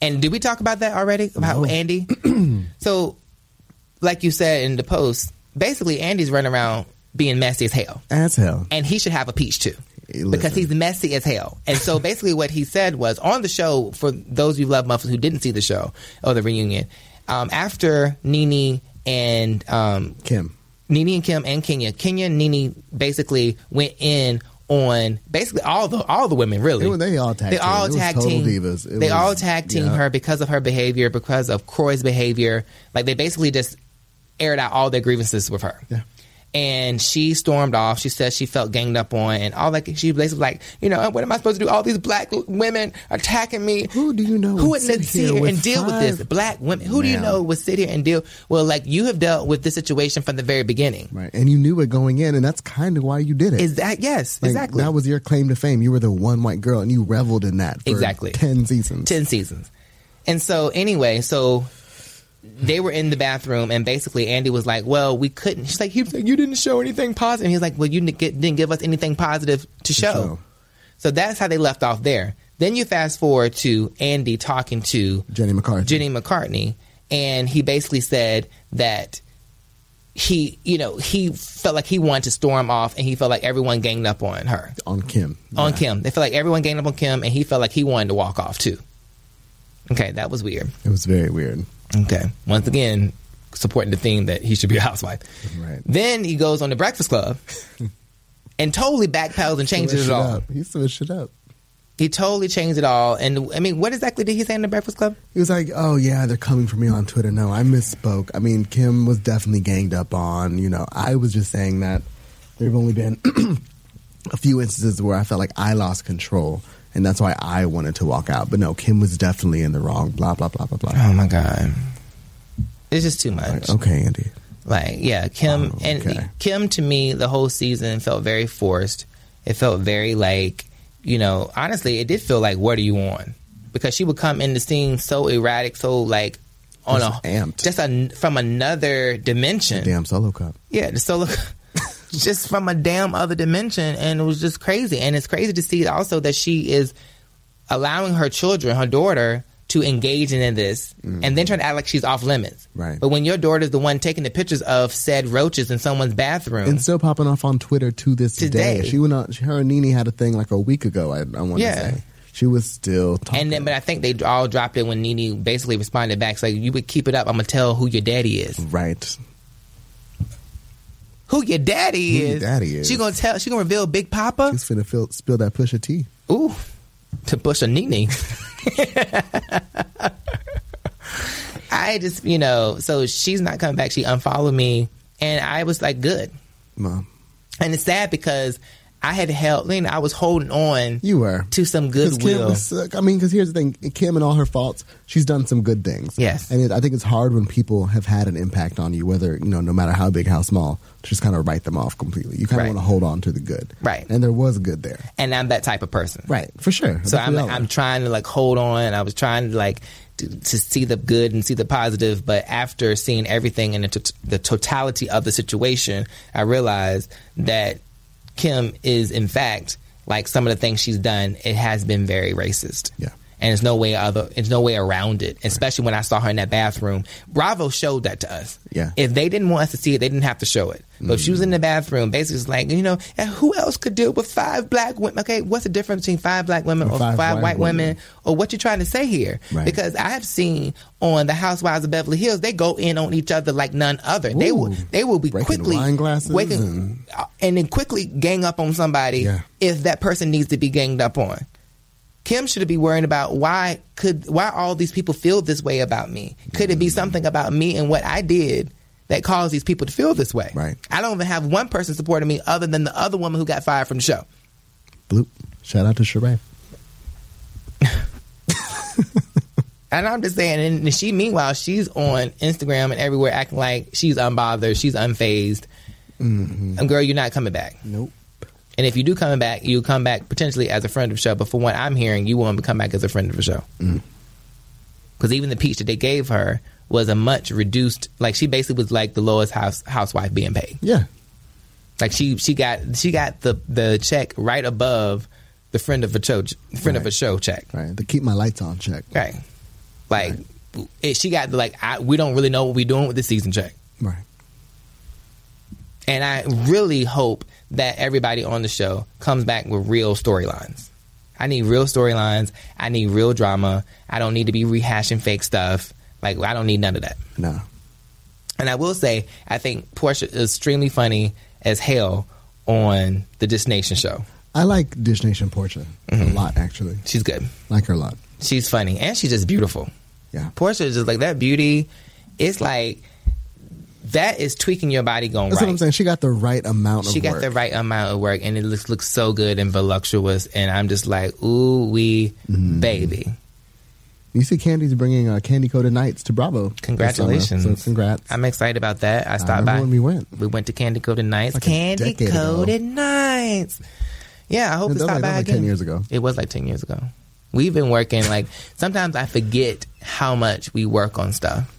And did we talk about that already? About (clears throat) Andy? so, like you said in the post, basically Andy's running around being messy as hell. As hell. And he should have a peach too. Hey, Because listen. he's messy as hell. And (laughs) so basically what he said was on the show, for those of you who love Muffins who didn't see the show or the reunion, um, after Nene and um, Kim. Nene and Kim and Kenya. Kenya and Nene basically went in on basically all the all the women really. They- they all tag They team. all It was tag total team. divas. It they was- all tag team yeah. her because of her behavior, because of Croy's behavior. Like they basically just aired out all their grievances with her. Yeah. And she stormed off. She said she felt ganged up on, and all that. She basically was like, you know, what am I supposed to do? All these black women attacking me. Who do you know Who would would sit sit here here with and deal with this? five- Black women. Who do you Ma'am. know would sit here and deal? Well, like you have dealt with this situation from the very beginning. Right. And you knew it going in, and that's kind of why you did it. Is that yes? Like, exactly. That was your claim to fame. You were the one white girl, and you reveled in that for Exactly. 10 seasons. ten seasons. And so anyway, so they were in the bathroom, and basically Andy was like, "Well, we couldn't." She's like, "He was like, you didn't show anything positive." And he was like, "Well, you didn't, get, didn't give us anything positive to show." show. So that's how they left off there. Then you fast forward to Andy talking to Jenny McCarthy. Jenny McCartney, and he basically said that he, you know, he felt like he wanted to storm off, and he felt like everyone ganged up on her on Kim. on Yeah. Kim. They felt like everyone ganged up on Kim, and he felt like he wanted to walk off too. Okay, that was weird. It was very weird. Okay, once again, supporting the theme that he should be a housewife. Right. Then he goes on the Breakfast (laughs) Club and totally backpedals and changes Switched it all. up. He switched it up. He totally changed it all. And I mean, what exactly did he say in the Breakfast Club? He was like, "Oh yeah, they're coming for me on Twitter." No, I misspoke. I mean, Kim was definitely ganged up on. You know, I was just saying that there have only been (clears throat) a few instances where I felt like I lost control, and that's why I wanted to walk out. But no, Kim was definitely in the wrong. Blah blah blah blah blah. Oh my god, it's just too much. Okay, Andy. Like, yeah, Kim Oh, okay. and Kim to me, the whole season felt very forced. It felt very like, you know, honestly, it did feel like, what are you on? Because she would come in the scene so erratic, so like on Just a amped. just a, from another dimension. Damn solo cup. Yeah, the solo. (laughs) just from a damn other dimension, and it was just crazy. And it's crazy to see also that she is allowing her children, her daughter, to engage in this, and then trying to act like she's off limits. Mm. Right. But when your daughter's the one taking the pictures of said roaches in someone's bathroom, And still popping off on Twitter to this Today. day. She went on. Her and Nene had a thing like a week ago. I, I want to Yeah. say she was still talking. and then but I think they all dropped it when Nene basically responded back, like, "You would keep it up. I'm gonna tell who your daddy is. Mm. right. Who your daddy Who is? your daddy is. She gonna tell. She gonna reveal Big Papa. She's finna feel, spill that push of tea. Ooh, to push a Nene. I just, you know, so she's not coming back. She unfollowed me, and I was like, good. Mom, And it's sad because I had held, you know, I was holding on you were to some 'Cause Kim goodwill. was- uh, I mean, because here's the thing: Kim and all her faults, she's done some good things. Yes. and it, I think it's hard when people have had an impact on you, whether you know, no matter how big, how small, to just kind of write them off completely. You kind of Right. want to hold on to the good, Right. And there was good there, And I'm that type of person. right? For sure. So I'm, Definitely all I'm that. trying to like hold on. I was trying to like to, to see the good and see the positive, but after seeing everything and the, t- the totality of the situation, I realized that Kim is in fact like some of the things she's done. It has been very racist. Yeah. And there's no way other. There's no way around it. Especially when I saw her in that bathroom. Bravo showed that to us. Yeah. Mm. If they didn't want us to see it, they didn't have to show it. But if she was in the bathroom, basically, it's like you know, and who else could deal with five black women? Okay, what's the difference between five black women or five, five white, white women, women. or what you trying to say here? Right. Because I have seen on the Housewives of Beverly Hills, they go in on each other like none other. they will Ooh. they will be Breaking quickly wine glasses waking- and- and then quickly gang up on somebody Yeah. if that person needs to be ganged up on. Kim should be worrying about why could why all these people feel this way about me. Could it be something about me and what I did that caused these people to feel this way. Right. I don't even have one person supporting me other than the other woman who got fired from the show. Bloop. Shout out to Sheree. And I'm just saying, and she, meanwhile, she's on Instagram and everywhere acting like she's unbothered, she's unfazed. And girl, you're not coming back. Nope. And if you do come back, you come back potentially as a friend of the show. But from what I'm hearing, you won't come back as a friend of the show. Because even the peach that they gave her was a much reduced. Like she basically was like the lowest house housewife being paid. Yeah. Like she she got she got the the check right above the friend of a show friend of a show check. Right. The keep my lights on check. Right. Like It, she got the like I, we don't really know what we're doing with this season check. Right. And I really hope that everybody on the show comes back with real storylines. I need real storylines. I need real drama. I don't need to be rehashing fake stuff. Like I don't need none of that. No. And I will say, I think Portia is extremely funny as hell on the Disnation show. I like Dish Nation Portia a Mm-hmm. lot, actually. She's good. Like her a lot. She's funny and she's just beautiful. Yeah. Portia is just like that beauty. It's like that is tweaking your body going That's right. what I'm saying. She got the right amount of She got work. the right amount of work, and it looks looks so good and voluptuous. And I'm just like, ooh wee, Mm. baby! You see, Candy's bringing uh, Candy Coated Nights to Bravo. this summer. Congratulations! So congrats. I'm excited about that. I stopped remember by when we went. We went to Candy Coated Nights. Like a Candy decade ago. Coated Nights. Yeah, I hope to That was stop like- that by was like again. 10 years ago. It was like ten years ago. We've been working like (laughs) sometimes I forget how much we work on stuff.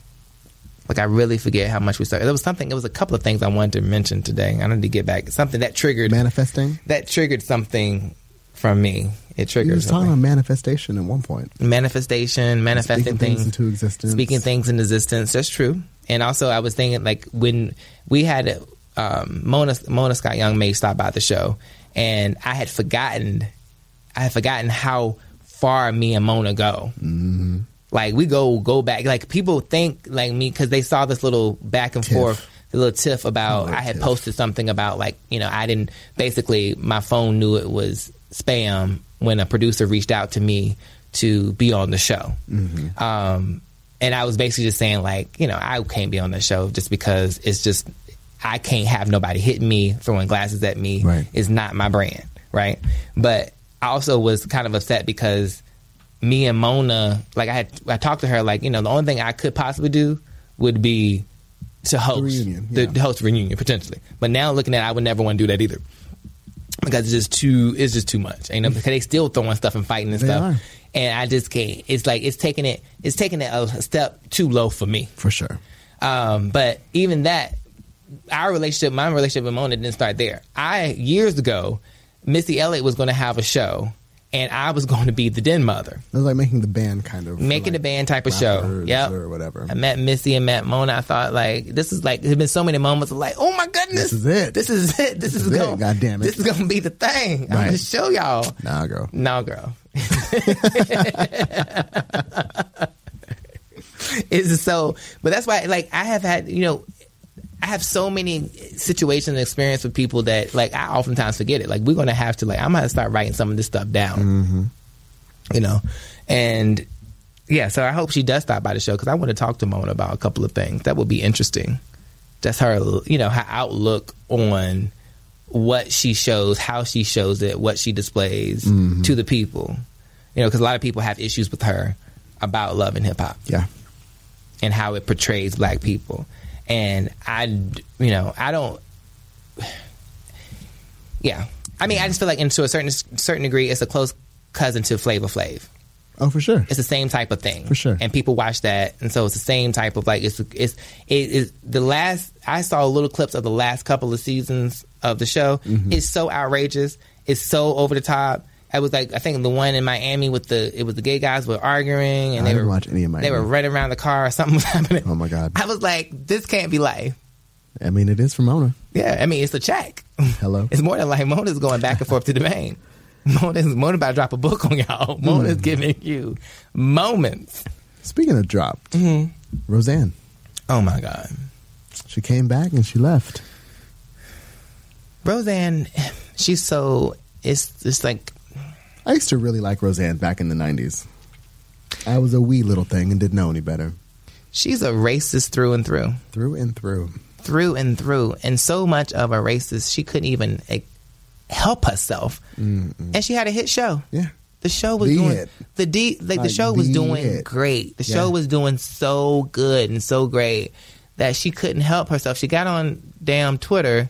Like I really forget how much we stuff. There was something. It was a couple of things I wanted to mention today. I need to get back something that triggered Manifesting. that triggered something from me. It You triggered was talking something. about manifestation at one point. manifestation, manifesting Speaking things into existence. speaking things into existence. That's true. And also, I was thinking like when we had um, Mona Mona Scott Young May stop by the show, and I had forgotten, I had forgotten how far me and Mona go. Mm. Like we go go back. Like people think like me because they saw this little back and Tiff. forth, the little tiff about I had tiff. posted something about like you know I didn't basically my phone knew it was spam when a producer reached out to me to be on the show. Mm-hmm. Um, and I was basically just saying like you know I can't be on the show just because it's just I can't have nobody hitting me throwing glasses at me Right. is not my brand, right? But I also was kind of upset because me and Mona, like I had, I talked to her, like you know, the only thing I could possibly do would be to host reunion, the, yeah. the host reunion potentially. But now looking at, it, I would never want to do that either because it's just too, it's just too much. You know, because they still throwing stuff and fighting and They stuff, are. and I just can't. It's like it's taking it, it's taking it a step too low for me. For sure. Um, but even that, our relationship, my relationship with Mona didn't start there. I years ago, Missy Elliott was going to have a show, and I was (laughs) going to be the den mother, It was like making the band kind of. making like, a band type of show. rappers Yep. Or whatever. I met Missy and met Mona. I thought like this is like there's been so many moments of like, oh my goodness, This is it. This is it. This, is, is it, gonna, God damn it. This is gonna be the thing. I'm Right. gonna show y'all. nah, girl. No, girl. (laughs) it's so, but that's why, like, I have had, you know, I have so many situations and experience with people that, like, I oftentimes forget it. Like, we're going to have to, like, I'm going to start writing some of this stuff down, you know? And yeah, so I hope she does stop by the show because I want to talk to Mona about a couple of things. That would be interesting. Just her, you know, her outlook on what she shows, how she shows it, what she displays to the people. You know, because a lot of people have issues with her about love and hip hop Yeah. and how it portrays black people. And I, you know, I don't. Yeah, I mean, I just feel like, and to a certain certain degree, it's a close cousin to Flavor Flav. Oh, for sure. It's the same type of thing For sure. and people watch that, and so it's the same type of like it's it's it is the last I saw little clips of the last couple of seasons of the show. Mm-hmm. It's so outrageous. It's so over the top. I was like, I think the one in Miami with the it was the gay guys were arguing and I they didn't were watch any of They Miami. were running around the car or something (laughs) was happening. Oh, my God. I was like, this can't be life. I mean, it is from Mona. Yeah, I mean it's a check. Hello. (laughs) It's more than like Mona's going back and forth to the main. Mona's Mona about to drop a book on Hmm. y'all. Mona's giving you moments. Speaking of dropped, Mm-hmm. Roseanne. Oh my god. She came back and she left. Roseanne, she's so it's it's like I used to really like Roseanne back in the 90s. I was a wee little thing and didn't know any better. She's a racist through and through, Through and through. through and through, and so much of a racist she couldn't even eh, help herself. And she had a hit show. Yeah. The show was The doing hit. the D like, the Like, show was the doing hit. great. The Yeah. show was doing so good and so great that she couldn't help herself. She got on damn Twitter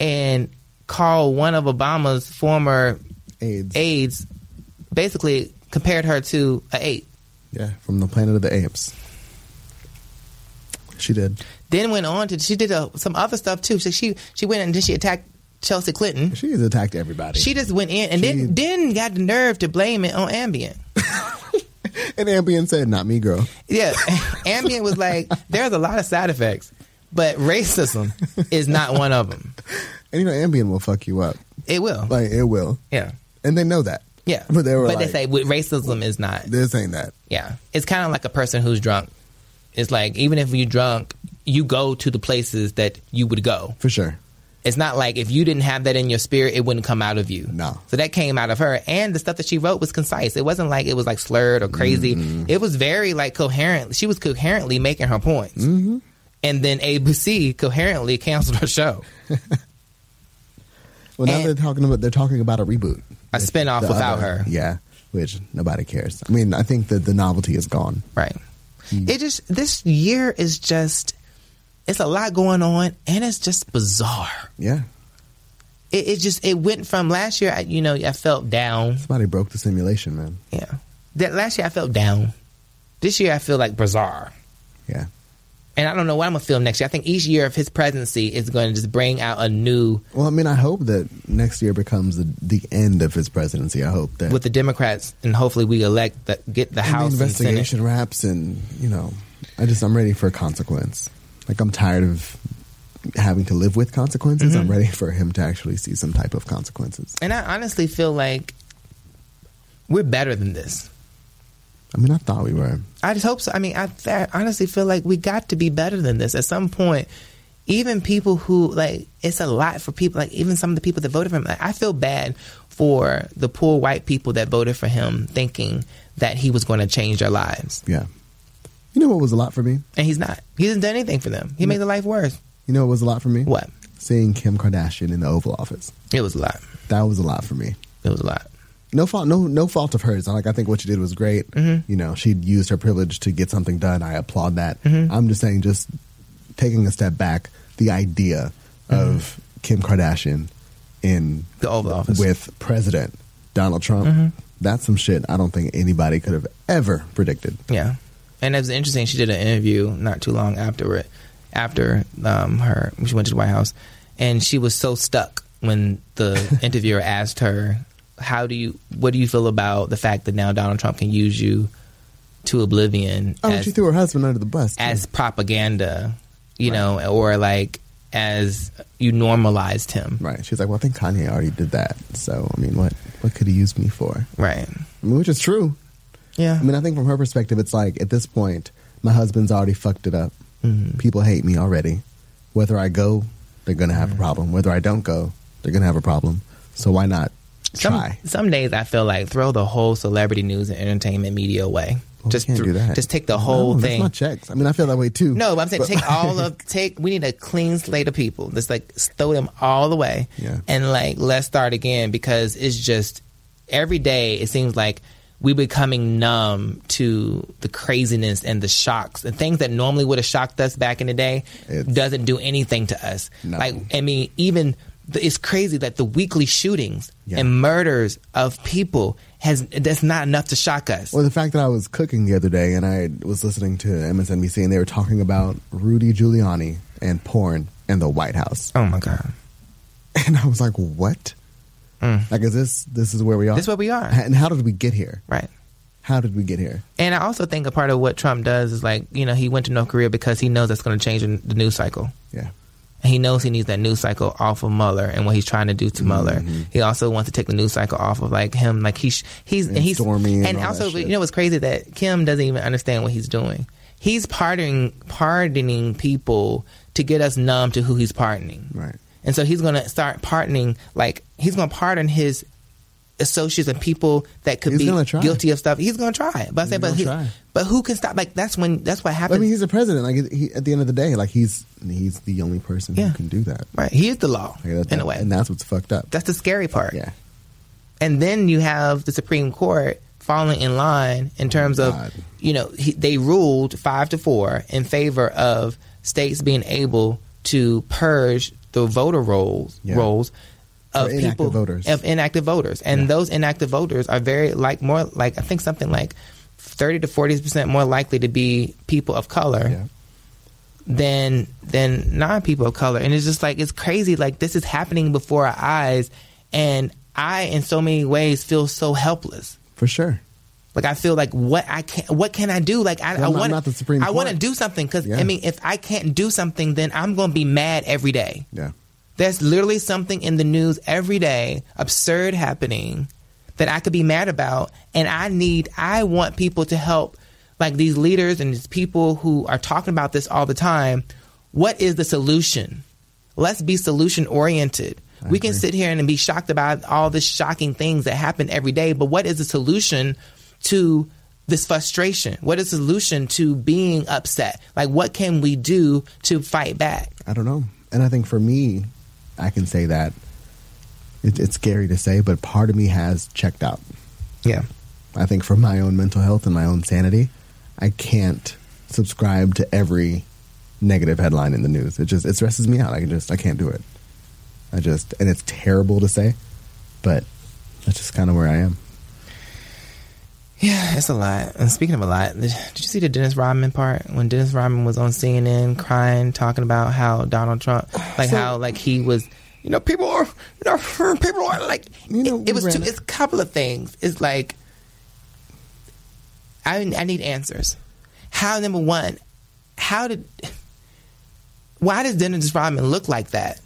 and called one of Obama's former AIDS. aides basically compared her to a ape. Yeah. From the Planet of the Apes. She did. Then went on to she did uh some other stuff too. So she she went and then she attacked Chelsea Clinton. She's attacked everybody. She just went in and She- then then got the nerve to blame it on Ambient. and Ambien said, "Not me, girl." Yeah, (laughs) Ambient was like, there's a lot of side effects, but racism is not one of them. And you know, Ambien will fuck you up. It will. Like it will. yeah. And they know that. Yeah. But they were like, say "Well, racism is not. "This ain't that." Yeah. It's kind of like a person who's drunk. It's like, even if you're drunk, you go to the places that you would go. For sure. It's not like if you didn't have that in your spirit, it wouldn't come out of you. No. So that came out of her. And the stuff that she wrote was concise. It wasn't like it was like slurred or crazy. It was very like coherent. She was coherently making her points. Mm-hmm. And then ABC coherently canceled her show. Well, now And- they're talking about they're talking about a reboot, A spinoff The without other- her. Yeah, which nobody cares. I mean, I think that the novelty is gone. Right. Mm. It just, this year is just, it's a lot going on and it's just bizarre. Yeah, It, it just, it went from last year, I, you know, I felt down. somebody broke the simulation, man. Yeah. That last year I felt down. This year I feel like bizarre. Yeah, and I don't know what I'm gonna feel next year. I think each year of his presidency is going to just bring out a new Well, I mean, I hope that next year becomes the, the end of his presidency. I hope that with the Democrats, and hopefully we elect the, get the and the House and investigation Senate. wraps, and you know, I just I'm ready for a consequence. Like I'm tired of having to live with consequences. Mm-hmm. I'm ready for him to actually see some type of consequences. And I honestly feel like we're better than this. I mean, I thought we were. I just hope so. I mean, I, I honestly feel like we got to be better than this at some point. Even people who like it's a lot for people. Like even some of the people that voted for him. Like, I feel bad for the poor white people that voted for him, thinking that he was going to change their lives, Yeah. You know what was a lot for me? and he's not. He hasn't done anything for them. Mm. He made their life worse. You know what was a lot for me? What? Seeing Kim Kardashian in the Oval Office. It was a lot. That was a lot for me. It was a lot. No fault, no no fault of hers. Like I think what she did was great. Mm-hmm. You know, she used her privilege to get something done. I applaud that. Mm-hmm. I'm just saying, just taking a step back, the idea Mm-hmm. of Kim Kardashian in The Oval Office. Mm-hmm. with President Donald Trump. That's some shit I don't think anybody could have ever predicted. Yeah, and it was interesting. She did an interview not too long after it, after um, her when she went to the White House, and she was so stuck when the interviewer asked her, "How do you? What do you feel about the fact that now Donald Trump can use you to oblivion Oh, as she threw her husband under the bus. too. as propaganda, you know, or like as you normalized him, right. She's like, well, I think Kanye already did that. So I mean, what what could he use me for? right? I mean, which is true. Yeah, I mean, I think from her perspective, it's like at this point, my husband's already fucked it up. Mm-hmm. People hate me already. Whether I go, they're gonna Mm-hmm. have a problem. Whether I don't go, they're gonna have a problem. So why not some, try? Some days I feel like throw the whole celebrity news and entertainment media away. Well, we just can't thr- do that. just take the whole No, thing. That's not checks. I mean, I feel that way too. no, but I'm saying But- take all (laughs) of take. We need a clean slate of people. Just like throw them all away. Yeah. And like let's start again because it's just every day it seems like we're becoming numb to the craziness and the shocks and things that normally would have shocked us back in the day It's- doesn't do anything to us. No. Like I mean, even the, it's crazy that the weekly shootings Yeah. and murders of people has that's not enough to shock us. Well, the fact that I was cooking the other day and I was listening to MSNBC and they were talking about Rudy Giuliani and porn and the White House, (laughs) oh my god! and I was like, what? Like, is this this is where we are? Mm. This is where we are. And how did we get here? Right. How did we get here? And I also think a part of what Trump does is like, you know, he went to North Korea because he knows that's going to change the the news cycle. Yeah. And he knows he needs that news cycle off of Mueller and what he's trying to do to Mueller. Mm-hmm. He also wants to take the news cycle off of like him, like he sh- he's and, And he's Stormy and all that also you shit. know what's crazy that Kim doesn't even understand what he's doing. He's pardoning pardoning people to get us numb to who he's pardoning. Right. And so he's going to start pardoning, like he's going to pardon his associates and people that could He's gonna be try. guilty of stuff, he's going to try. But I say, but gonna who, try. but who can stop? Like that's when that's what I happens. mean, he's a president. Like he, at the end of the day, like he's he's the only person Yeah. who can do that. right? He is the law Like, that's- in a way. and that's what's fucked up. that's the scary part. yeah, and then you have the Supreme Court falling in line in terms of God. you know he, they ruled five to four in favor of states being able to purge the voter rolls Yeah. rolls of Or inactive people voters. of inactive voters, and those inactive voters are very like more like I think something like thirty to forty percent more likely to be people of color yeah. than than non people of color. And it's just like it's crazy. Like this is happening before our eyes, and I, in so many ways, feel so helpless. For sure. Like I feel like what I can what can I do? Like I, Well, I I'm want not the Supreme I want to Court. do something because Yeah. I mean if I can't do something then I'm going to be mad every day. Yeah. There's literally something in the news every day absurd happening that I could be mad about and I need I want people to help like these leaders and these people who are talking about this all the time. What is the solution? Let's be solution oriented. We can sit here and be shocked about all the shocking things that happen every day, but what is the solution to this frustration? What is the solution to being upset? Like, what can we do to fight back? I don't know. And I think for me, I can say that it, it's scary to say, but part of me has checked out. Yeah. I think for my own mental health and my own sanity, I can't subscribe to every negative headline in the news. It just it stresses me out. I can just I can't do it. I just and it's terrible to say, but that's just kind of where I am. Yeah, it's a lot. And speaking of a lot, did you see the Dennis Rodman part when Dennis Rodman was on CNN crying, talking about how Donald Trump, like how like he was, you know, people are, you know, (laughs) people are like, You know, it, it was we two, ran- it's a couple of things. It's like, I I need answers. How number one, how did, why does Dennis Rodman look like that?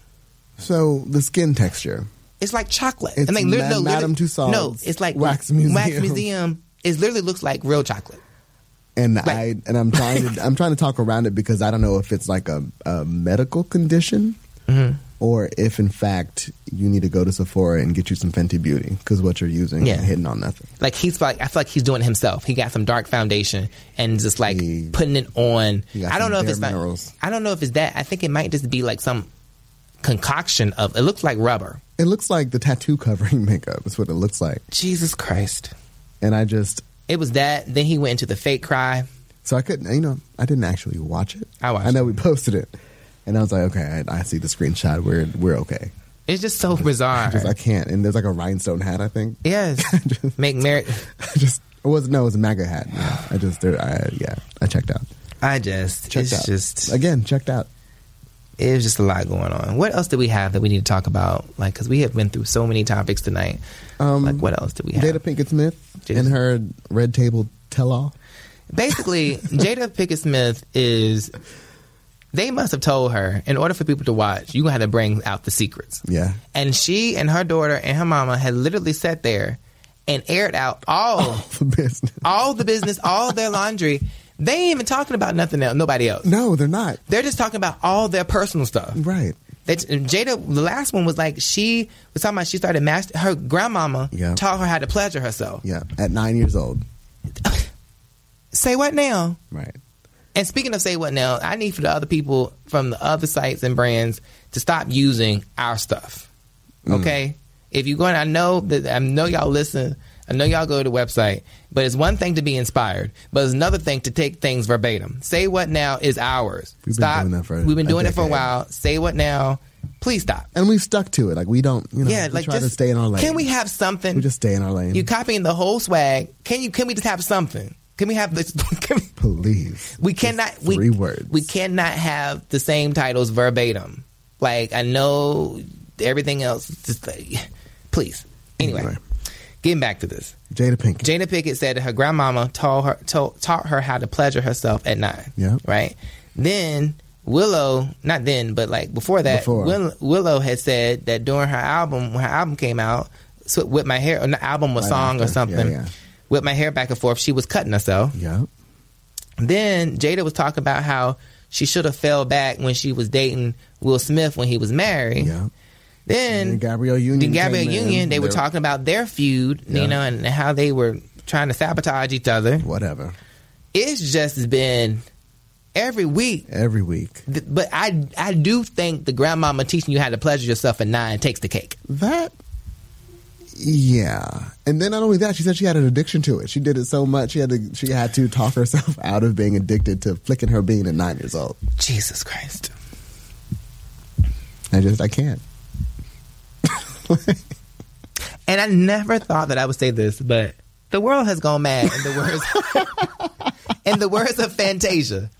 So the skin texture. It's like chocolate. It's and like literally, Ma- no, literally- Madame Tussauds No, it's like Wax Museum. Wax museum. It literally looks like real chocolate. and I and I'm trying to I'm trying to talk around it because I don't know if it's like a, a medical condition Mm-hmm. or if in fact you need to go to Sephora and get you some Fenty Beauty because what you're using Yeah. is hitting on nothing. like he's like I feel like he's doing it himself. He got some dark foundation and just like He- putting it on. he got I don't some know if bare it's not, minerals. I don't know if it's that. I think it might just be like some concoction of. It looks like rubber. It looks like the tattoo covering (laughs) makeup is what it looks like, Jesus Christ! and I just It was that. Then he went into the fake cry. so I couldn't you know I didn't actually watch it. I watched know it. we (laughs) posted it, and I was like, okay, I, I see the screenshot. We're we're okay. It's just so bizarre. Just I can't. And there's like a rhinestone hat. (laughs) I think. yes, (laughs) make Mary. (laughs) I just it was no, it was a MAGA hat. Yeah. I just there. I, yeah, I checked out. I just. Checked it's out. just. again checked out. it was just a lot going on. What else do we have that we need to talk about? Like, because we have been through so many topics tonight. Um, like, what else do we have? Jada Pinkett Smith Jada- and her red table tell all. basically, Jada Pickett Smith is. They must have told her in order for people to watch, you gonna have to bring out the secrets. Yeah. (laughs) And she and her daughter and her mama had literally sat there and aired out all for business. all the business, all their laundry. They ain't even talking about nothing else, nobody else. No, they're not. They're just talking about all their personal stuff. Right. That Jada, the last one was like she was talking about she started master. Her grandmama Yeah. taught her how to pleasure herself. Yeah. At nine years old. Say what now? Right. And speaking of say what now, I need for the other people from the other sites and brands to stop using our stuff. Mm. Okay, if you're going, I know that I know y'all listen. I know y'all go to the website, but it's one thing to be inspired, but it's another thing to take things verbatim. Say what now is ours. We've been stop. doing that for We've been a doing it for a decade. while. Say what now. Please stop. And we've stuck to it. Like we don't. You know, yeah, we like try just to stay in our lane. Can we have something? We just stay in our lane. You copying the whole swag. Can you? Can we just have something? Can we have this? (laughs) Can we, Please. we cannot we, three words. we cannot have the same titles verbatim like i know everything else is just like (sighs) please anyway, Anyway. getting back to this Jada Pinkett. jada pickett said that her grandmama taught her told, taught her how to pleasure herself at nine Yeah. right then willow not then but like before that Before. Will, willow had said that during her album when her album came out so with my hair an album or Right song or after. something Yeah, yeah. with my hair back and forth she was cutting herself yeah. then Jada was talking about how she should have fell back when she was dating Will Smith when he was married. Yeah. Then And Gabrielle Union then Gabrielle came in, Union, they were they- talking about their feud, Yeah. you know, and how they were trying to sabotage each other. Whatever. It's just been every week. Every week. th- But I, I do think the grandmama teaching you how to pleasure yourself and nine takes the cake. That. Yeah, and then not only that, she said she had an addiction to it. She did it so much she had to she had to talk herself (laughs) out of being addicted to flicking her bean at nine years old. Jesus Christ. I just I can't. And I never thought that I would say this, but the world has gone mad in the words (laughs) in the words of Fantasia.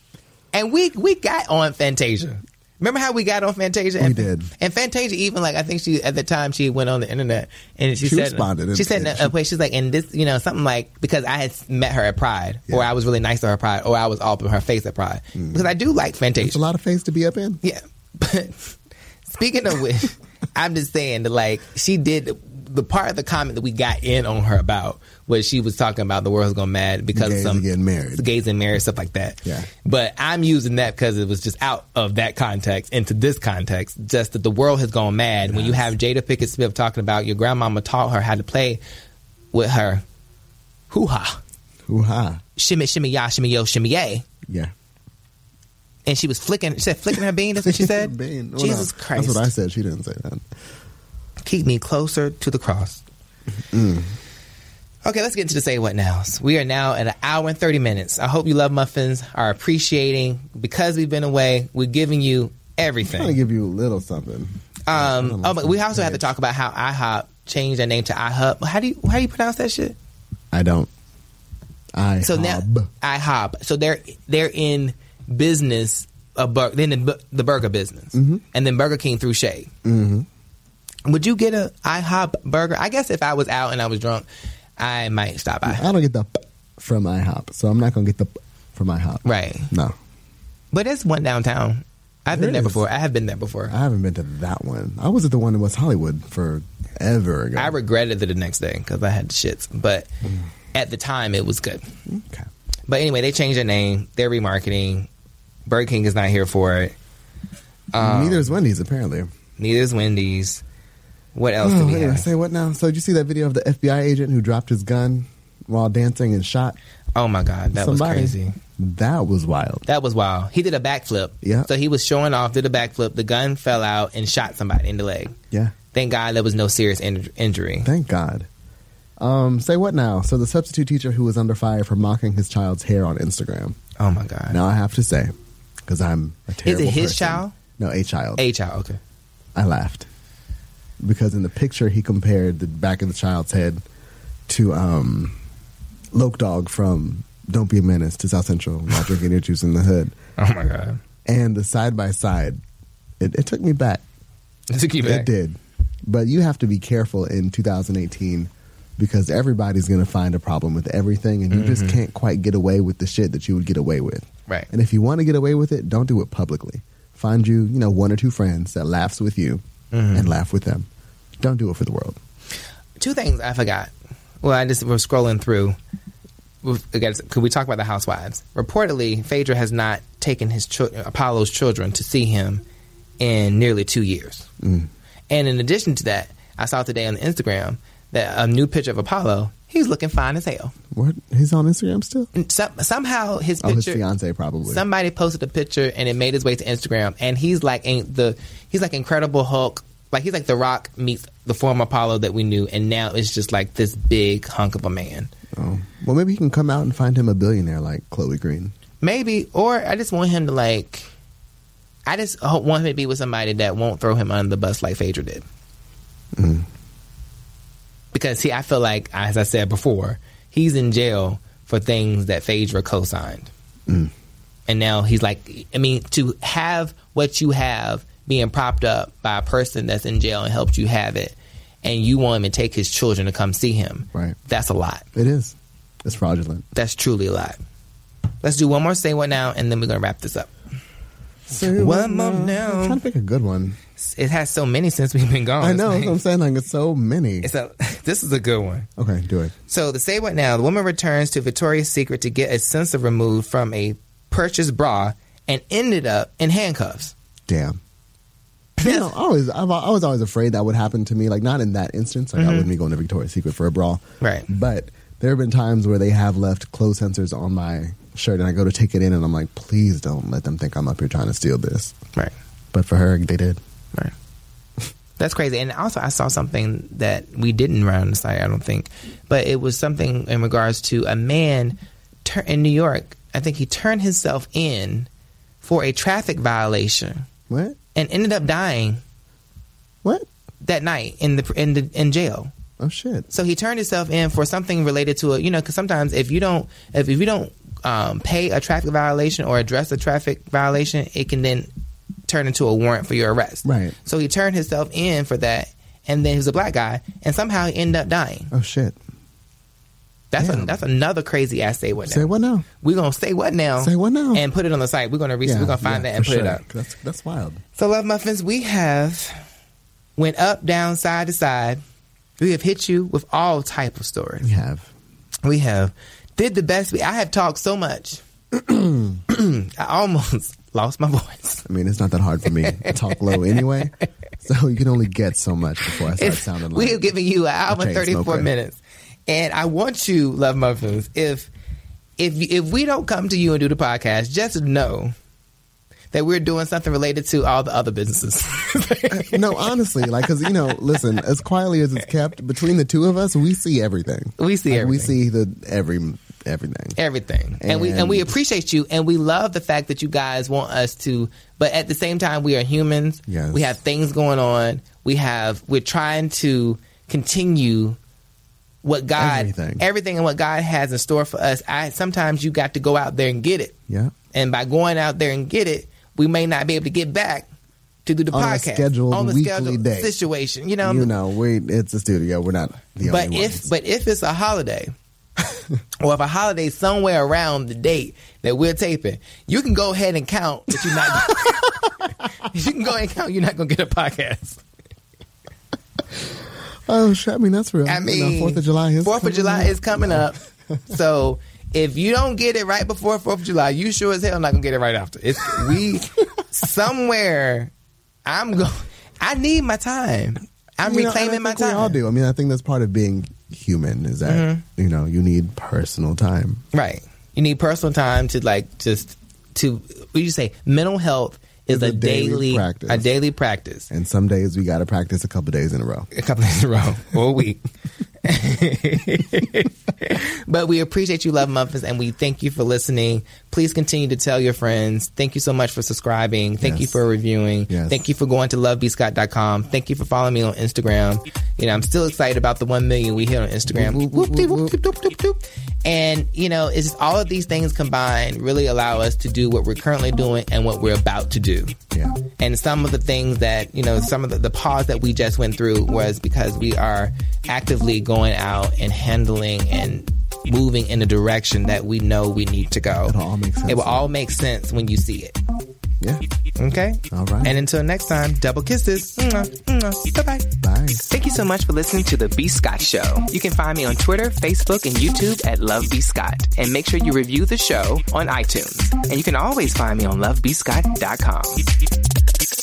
And we we got on Fantasia. Remember how we got on Fantasia? and, did. And Fantasia even like I think she at the time she went on the internet and she, She said responded, she and- said in and a way she's like and this you know something like because I had met her at Pride or I was really nice to her at Pride or I was all up in her face at Pride because I do like Fantasia. It's Mm. a lot of face to be up in. Yeah, (laughs) but speaking of which, (laughs) I'm just saying that like she did the part of the comment that we got in on her about was she was talking about the world's gone mad because Gays of some are getting married. gays and marriage stuff like that. Yeah. but I'm using that because it was just out of that context into this context. Just that the world has gone mad when you have Jada Pickett Smith talking about your grandmama taught her how to play with her hoo ha Ooh ha. shimmy shimmy ya shimmy yo shimmy yay Yeah. and she was flicking. She said flicking (laughs) her bean. That's what she said. Bean. Well, Jesus no, Christ! That's what I said. She didn't say that. Keep me closer to the cross. Okay, let's get into the say what nows. We are now at an hour and thirty minutes. I hope you love muffins. Are appreciating because we've been away. We're giving you I'm gonna everything. give you a little something. Um, oh, but we also have to talk about how IHOP changed their name to IHUB. How do you how do you pronounce that shit? I don't. I So now hob. IHOP. So they're they're in business. A bur- then the, bu- the burger business, Mm-hmm. and then Burger King through Shade. Mm-hmm. Would you get a IHOP burger? I guess if I was out and I was drunk, I might stop by. I don't get the p- from IHOP, so I'm not gonna get the p- from IHOP. Right, No, but it's one downtown. I've been There there is. before. I have been there before. I haven't been to that one. I was at the one in West Hollywood forever ago. I regretted it the next day because I had the shits, but Mm-hmm. at the time it was good. okay. But anyway, they changed their name. They're remarketing. Burger King is not here for it. uh, Neither is Wendy's apparently. Neither is Wendy's. What else do Oh, we anyway, have? say what now? So did you see that video of the FBI agent who dropped his gun while dancing and shot Oh my god, that somebody? was crazy. That was wild. That was wild. He did a backflip. Yeah. So he was showing off, did a backflip. The gun fell out and shot somebody in the leg. Yeah. Thank God there was no serious in- injury. Thank God. Um, say what now? So the substitute teacher who was under fire for mocking his child's hair on Instagram. Oh my God. Now I have to say, because I'm a terrible. his person. child? No, a child. A child. Okay. I laughed because in the picture he compared the back of the child's head to um, Loke Dog from Don't Be a Menace to South Central while drinking your juice in the hood, Oh my God. (laughs) and the side by side. It, it took me back. To keep It did, but you have to be careful in 2018 because everybody's going to find a problem with everything, and you just can't quite get away with the shit that you would get away with. Right. And if you want to get away with it, don't do it publicly. Find you, you know, one or two friends that laughs with you and laugh with them. Don't do it for the world. Two things I forgot. Well, I just was scrolling through. We've- I guess- Could we talk about the housewives? Reportedly, Phaedra has not taken his chil- Apollo's children to see him in nearly two years. Mm. And in addition to that, I saw today on Instagram that a new picture of Apollo. He's looking fine as hell. What? He's on Instagram still? And some, somehow his Oh, picture, his fiance probably. somebody posted a picture and it made his way to Instagram, and he's like in the he's like Incredible Hulk, like he's like the Rock meets the former Apollo that we knew, and now it's just like this big hunk of a man. oh. Well, maybe he can come out and find him a billionaire like Chloe Green. Maybe, or I just want him to like, I just ho- want him to be with somebody that won't throw him under the bus like Phaedra did. Because see, I feel like as I said before, he's in jail for things that Phaedra co-signed, Mm. and now he's like, I mean, to have what you have being propped up by a person that's in jail and helped you have it, and you want him to take his children to come see him, Right. That's a lot It is. It's fraudulent. that's truly a lot. Let's do one more say what now, and then we're gonna wrap this up. So One month now. I'm trying to pick a good one. It has so many since we've been gone. I know. It's That's what I'm like- saying. Like, it's so many. Oh, (laughs) It's a, this is a good one. Okay, do it. So the say what now? The woman returns to Victoria's Secret to get a sensor removed from a purchased bra and ended up in handcuffs. Damn. You know, I was I've, I was always afraid that would happen to me. Like not in that instance, like I wouldn't be going to Victoria's Secret for a bra, Mm-hmm. Right. But there have been times where they have left clothes sensors on my shirt, and I go to take it in, and I'm like, please don't let them think I'm up here trying to steal this. Right. But for her, they did. Right. (laughs) That's crazy. And also, I saw something that we didn't run on the site, I don't think, but it was something in regards to a man tur- in New York. I think he turned himself in for a traffic violation What? and ended up dying What? that night in the in the in jail. Oh shit! So he turned himself in for something related to a, you know, because sometimes if you don't, if, if you don't um, pay a traffic violation or address a traffic violation, it can then turn into a warrant for your arrest. Right. So he turned himself in for that, and then he was a black guy, and somehow he ended up dying. Oh shit! That's a, Damn. that's another crazy ass say what now. Say what now? We're gonna say what now? Say what now? And put it on the site. We're gonna research. Yeah, we're gonna find yeah, that and for put it sure. up. That's that's wild. So, Love Muffins, we have went up, down, side to side. We have hit you with all type of stories. We have. We have did the best. We, I have talked so (clears throat) much. I almost lost my voice. I mean, it's not that hard for me to (laughs) talk low anyway, so you can only get so much before I start It's- sounding we have like. given you an hour and chain thirty four smoker. minutes, and I want you, Love Muffins. If if you- if we don't come to you and do the podcast, just know that we're doing something related to all the other businesses. (laughs) (laughs) no, honestly, like because you know, listen, as quietly as it's kept between the two of us, we see everything. We see Like, we everything. see the every everything. everything and, we and we And- appreciate you and we love the fact that you guys want us to but at the same time we are humans Yes. we have things going on we have we're trying to continue what god Everything. and what god has in store for us i sometimes you got to go out there and get it Yeah. and by going out there and get it we may not be able to get back to do the On a podcast scheduled on the weekly scheduled day. situation you know you know, we it's a studio. We're not the um, but only if ones. but if it's a (laughs) holiday, or if a holiday somewhere around the date that we're taping, you can go ahead and count that you're not. (laughs) you can go ahead and count you're not going to get a podcast. oh, shit, I mean that's real. I You know, mean, Fourth of July is Fourth of coming July up. is coming up, so. If you don't get it right before Fourth of July, you sure as hell not gonna get it right after. It's (laughs) we somewhere. I'm going. I need my time. I'm You know, and I reclaiming my think we time. Mm-hmm. all do. I mean, I think that's part of being human is that you know you need personal time. Right. You need personal time to like just to what do you say mental health is It's a, a daily daily, practice. a daily practice. And some days we got to practice a couple days in a row. A couple days in a row (laughs) or a week. but we appreciate you, Love Muffins, and we thank you for listening. Please continue to tell your friends. Thank you so much for subscribing. Thank you Yes. for reviewing. Yes. Thank you for going to lovebscott.com. Thank you for following me on Instagram. You know, I'm still excited about the 1 million we hit on Instagram. Whoop, whoop, whoop, whoop, whoop. Doop, doop, doop. And you know, it's just all of these things combined really allow us to do what we're currently doing and what we're about to do. Yeah. And some of the things that you know, some of the, the pause that we just went through was because we are actively going out and handling and moving in the direction that we know we need to go. It'll all make sense. It will all make sense when you see it. Yeah. Okay. All right. And until next time, double kisses. Bye bye. Bye. Thank you so much for listening to The B. Scott Show. You can find me on Twitter, Facebook, and YouTube at Love B. Scott. And make sure you review the show on iTunes. And you can always find me on lovebscott.com.